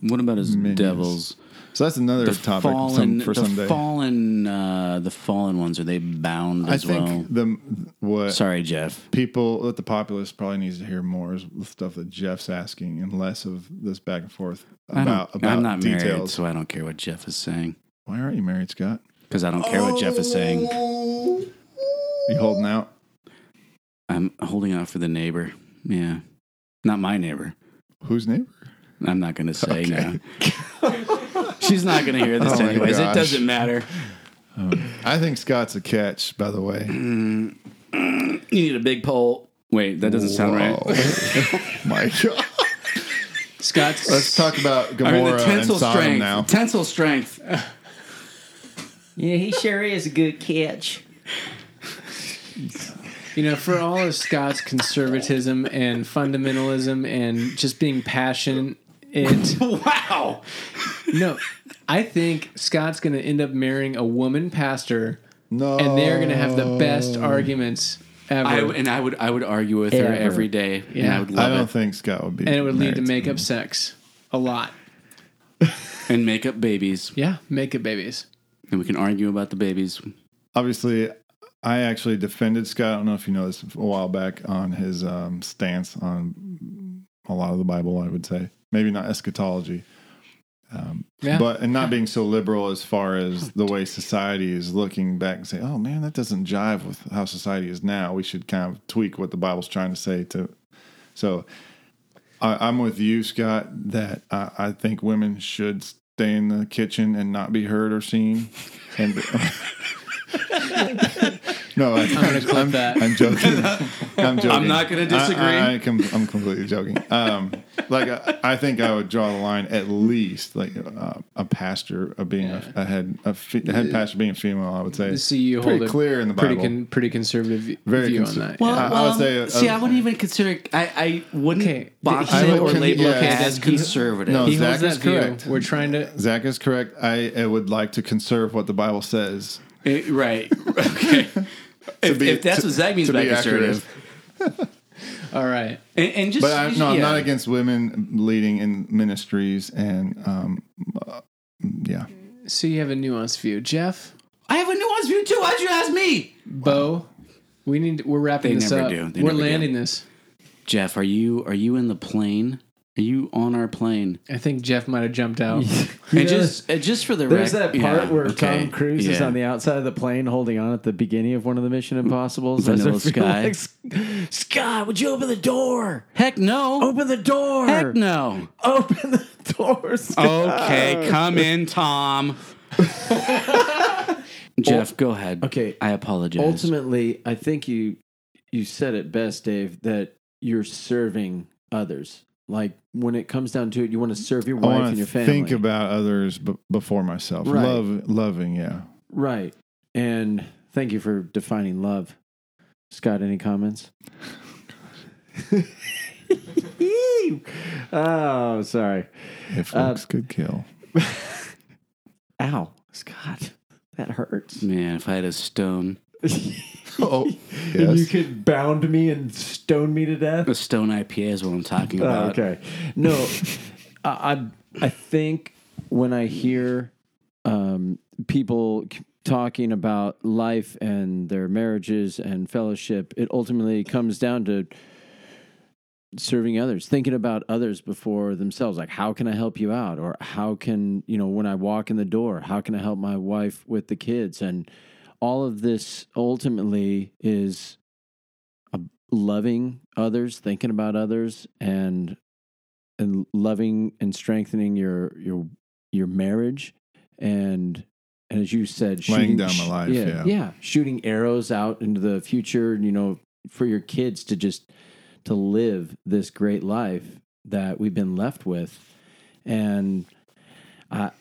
What about his devils?
So that's another
The
topic some-
fallen,
for
the
someday.
fallen, uh, the fallen ones. Are they bound
I
as
think
well?
the what
Sorry, Jeff.
people that the populace probably needs to hear more is the stuff that Jeff's asking and less of this back and forth
I don't,
about about
I'm not
details.
married, so I don't care what Jeff is saying
Why aren't you married, Scott?
because I don't care what Jeff is saying.
You holding out?
I'm holding out for the neighbor. Yeah. Not my neighbor.
Whose neighbor?
I'm not going to say
Okay.
now. She's not going to hear this
Oh my
anyways. It
gosh.
doesn't matter.
I think Scott's a catch, by the way.
You need a big pole. Wait, that doesn't sound right.
right. My God.
Scott's
Let's talk about
I mean, the
Gamora uh, and
tensile
Sodom
strength.
now.
Tensile strength.
Yeah, he sure is a good catch.
You know, for all of Scott's conservatism and fundamentalism and just being passionate,
Wow.
no, I think Scott's going to end up marrying a woman pastor,
No.
and they're going to have the best
Oh.
arguments ever,
I, and I would I would argue with her
Ever.
every day. Yeah. And I
Yeah.
would
I
love
don't
it.
think Scott would be.
and it would lead to
married
makeup sex a lot.
And make up babies.
Yeah, makeup babies.
And we can argue about the babies.
obviously i actually defended scott i don't know if you know this a while back on his um, stance on a lot of the bible i would say maybe not eschatology
Yeah.
but and not being so liberal as far as the way society is looking back and say oh man that doesn't jive with how society is now we should kind of tweak what the bible's trying to say to so I, i'm with you scott that I, I think women should stay in the kitchen and not be heard or seen and no I, am
gonna clip
I'm,
that.
I'm joking i'm joking
I'm not gonna disagree.
I, I, I com- I'm completely joking. Um, like I, I think I would draw the line at least like uh, a pastor of being a, a head a fe- a head pastor being female. I would say
So
E
you
pretty
hold a
clear in the
pretty
Bible.
con- pretty conservative v-
Very
view
conser-
on that.
Well,
yeah.
I- I would say, uh,
um, see, I wouldn't even consider. I, I wouldn't
Okay.
box
I
it
would
or
con-
label
yeah.
it as conservative.
No.
he
Zach
holds
is
that view.
correct.
We're trying to.
Zach is correct. I, I would like to conserve what the Bible says.
Eh, right. Okay. if,
be-
if that's
to-
what Zach means
to
by
be accurate.
conservative,
All right.
and, and just
But I, no, I'm
yeah.
not against women leading in ministries and um, uh, yeah.
So you have a nuanced view, Jeff,
I have a nuanced view too. Why'd you ask me?
Bo. We need. We're wrapping
They
this
never
up.
do. They
We're
never do.
landing this.
Jeff, are you are you in the plane? Are you on our plane?
I think Jeff might have jumped out.
And
know,
just and just for the
There's
rec-
that part
yeah,
where
okay,
Tom Cruise is
yeah.
on the outside of the plane holding on at the beginning of one of the Mission
Mm.
Impossibles. I
Vanilla
feel
Sky.
like, "S- Scott, would you open the door?
Heck no!
Open the door.
Heck no!
Open the door. Scott."
Okay, come in, Tom. Jeff, go ahead.
Okay.
I apologize.
Ultimately, I think you you said it best, Dave, that you're serving others. Like when it comes down to it, you want to serve your
I
wife
want
and
to
your family.
think about others b- before myself.
Right.
Love, loving, yeah.
Right. And thank you for defining love. Scott, any comments? oh, sorry.
If
Uh,
looks could kill.
Ow, Scott. That hurts.
Man, if I had a stone,
Oh,
You
yes.
could bound me and stone me to death.
a stone IPA is what I'm talking
Oh,
about.
okay. No, I I- I think when I hear um, people c- talking about life and their marriages and fellowship, it ultimately comes down to serving others, thinking about others before themselves. Like, how can I help you out? Or how can, you know, when I walk in the door, how can I help my wife with the kids? And all of this ultimately is uh, loving others, thinking about others, and and loving and strengthening your your your marriage, and and as you said, shooting,
Laying down my life, yeah.
yeah, shooting arrows out into the future, you know, for your kids to just to live this great life that we've been left with, and I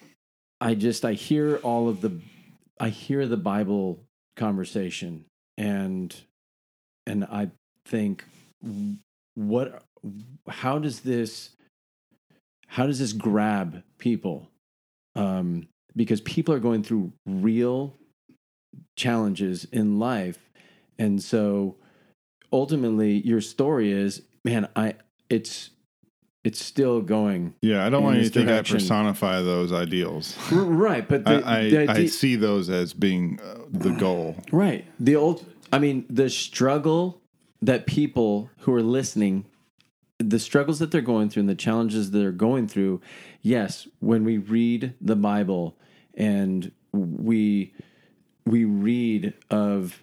I just I hear all of the I hear the Bible conversation and and I think what how does this how does this grab people um because people are going through real challenges in life and so ultimately your story is man I it's it's still going
Yeah, I don't
in
want you
this
to think I
direction.
personify those ideals.
R- right but the,
I,
the
I, I
idea-
see those as being uh, the goal.
Right. The old, I mean, the struggle that people who are listening, the struggles that they're going through and the challenges that they're going through, yes, when we read the Bible and we we read of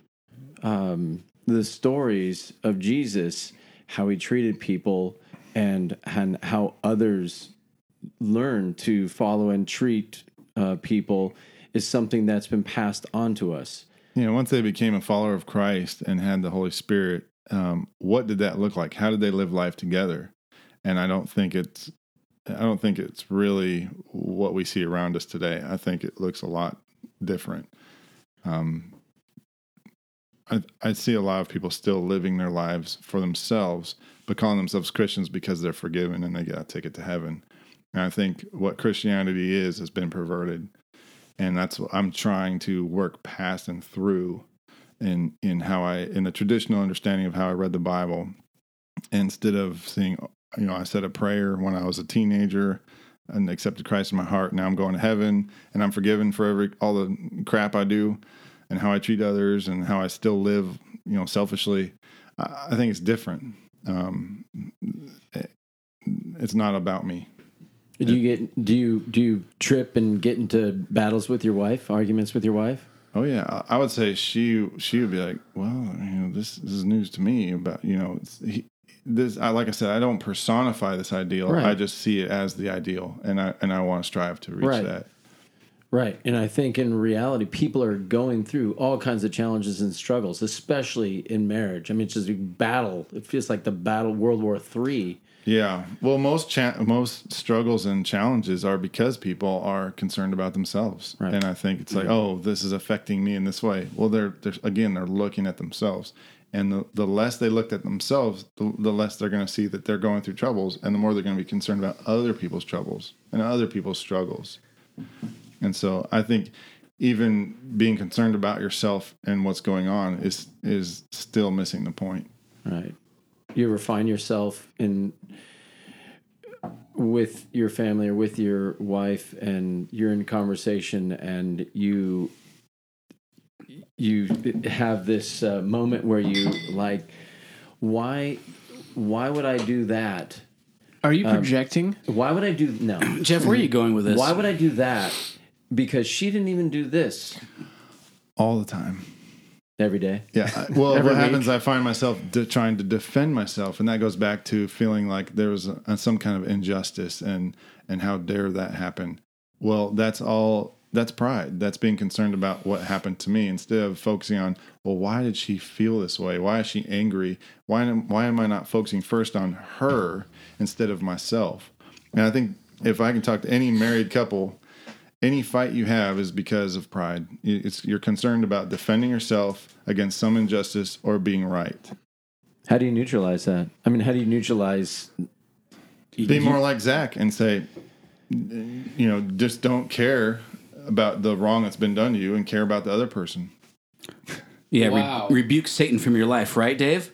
um, the stories of Jesus, how he treated people, and and how others learn to follow and treat uh, people is something that's been passed on to us.
You know, once they became a follower of Christ and had the Holy Spirit, um, what did that look like? How did they live life together? And I don't think it's, I don't think it's really what we see around us today. I think it looks a lot different. Um, I, I see a lot of people still living their lives for themselves, but calling themselves Christians because they're forgiven and they got a ticket to heaven. And I think what Christianity is has been perverted and that's what I'm trying to work past and through in in how I in the traditional understanding of how I read the Bible instead of seeing you know I said a prayer when I was a teenager and accepted Christ in my heart now I'm going to heaven and I'm forgiven for every all the crap I do and how I treat others and how I still live you know selfishly I, I think it's different um it- it's not about me
Do you get do you do you trip and get into battles with your wife, arguments with your wife?
Oh yeah, I- I would say she she would be like, well, you know, this, this is news to me about you know it's, he, this. I like I said, I don't personify this ideal.
Right.
I just see it as the ideal, and I and I want to strive to reach
Right.
that.
Right. And I think in reality, people are going through all kinds of challenges and struggles, especially in marriage. I mean, it's just a battle. It feels like the battle World War Three.
Yeah. Well, most cha- most struggles and challenges are because people are concerned about themselves,
Right.
and I think it's like, oh, this is affecting me in this way. Well, they're, they're again, they're looking at themselves, and the, the less they looked at themselves, the, the less they're going to see that they're going through troubles, and the more they're going to be concerned about other people's troubles and other people's struggles. And so, I think even being concerned about yourself and what's going on is is still missing the point.
Right. You refine yourself in with your family or with your wife and you're in conversation and you you have this uh, moment where you like why why would I do that?
Are you
Um,
projecting?
Why would I do no?
Jeff, where are you going with this?
Why would I do that? Because she didn't even do this
All the time.
every day.
Yeah. I- Well, what
Every week.
happens? I find myself de- trying to defend myself, and that goes back to feeling like there was a, some kind of injustice, and and how dare that happen? Well, that's all. That's pride. That's being concerned about what happened to me instead of focusing on, well, why did she feel this way? Why is she angry? Why am, why am I not focusing first on her instead of myself? And I think if I can talk to any married couple, any fight you have is because of pride. It's you're concerned about defending yourself against some injustice or being right.
How do you neutralize that? I mean, how do you neutralize
Be more like Zach and say, you know, just don't care about the wrong that's been done to you and care about the other person.
yeah, re-
Wow.
rebuke Satan from your life, right, Dave?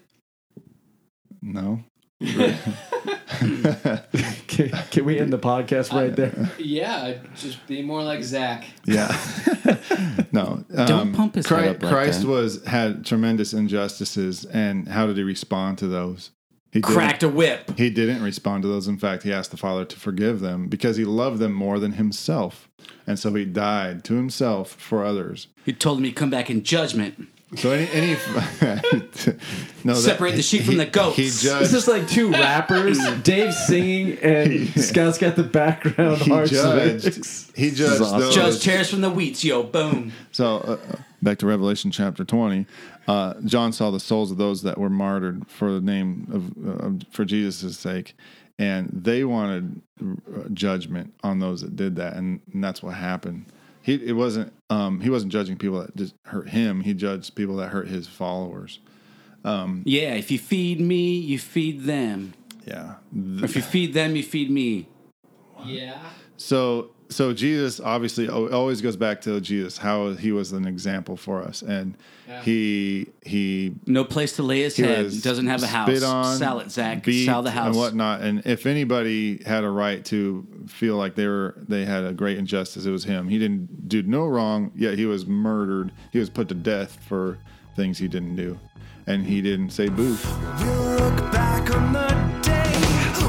No.
can, can we end the podcast right there?
Yeah, just be more like Zach.
Yeah. no.
Don't pump his head
Christ,
up like
Christ
that.
was had tremendous injustices, and how did he respond to those? He didn't-
Cracked a whip.
He didn't respond to those. In fact, he asked the Father to forgive them because he loved them more than himself. And so he died to himself for others.
He told me to come back in
Oh,
judgment.
So any any no that-
Separate the sheep from the goats.
He
This
judged.
is like two rappers, Dave singing and Scott's got the background
He
hard
judged. He judged.
awesome.
Those,
Judge chairs from the wheats, yo, boom.
So uh, back to Revelation chapter twenty, uh, John saw the souls of those that were martyred for the name of uh, for Jesus' sake, and they wanted uh, judgment on those that did that, and, and that's what happened. He it wasn't um, he wasn't judging people that just hurt him. He judged people that hurt his followers.
Yeah, if you feed me, you feed them.
Yeah.
If you feed them, you feed me.
Yeah.
So so Jesus obviously al- always goes back to Jesus how he was an example for us, and he he
No place to lay his
He
head.
was
Doesn't have a house.
spit on,
Sell it, Zach.
beat,
Sell the house.
and whatnot. And if anybody had a right to feel like they were they had a great injustice, it was him. He didn't do no wrong, yet he was murdered. He was put to death for things he didn't do, and he didn't say boo.
You look back on the day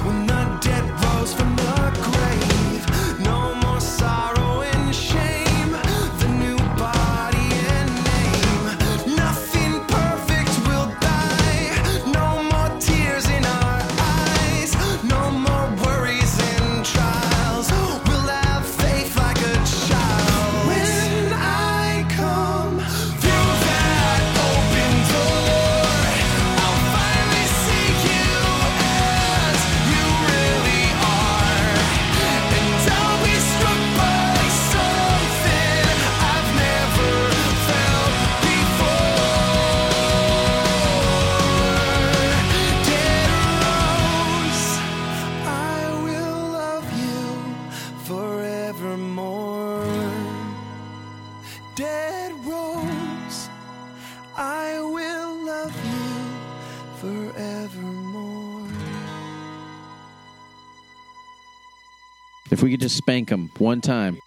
when the dead rose from the grave. No more sorrow and shame. The new body and name. Nothing perfect.
If we could just spank them one time.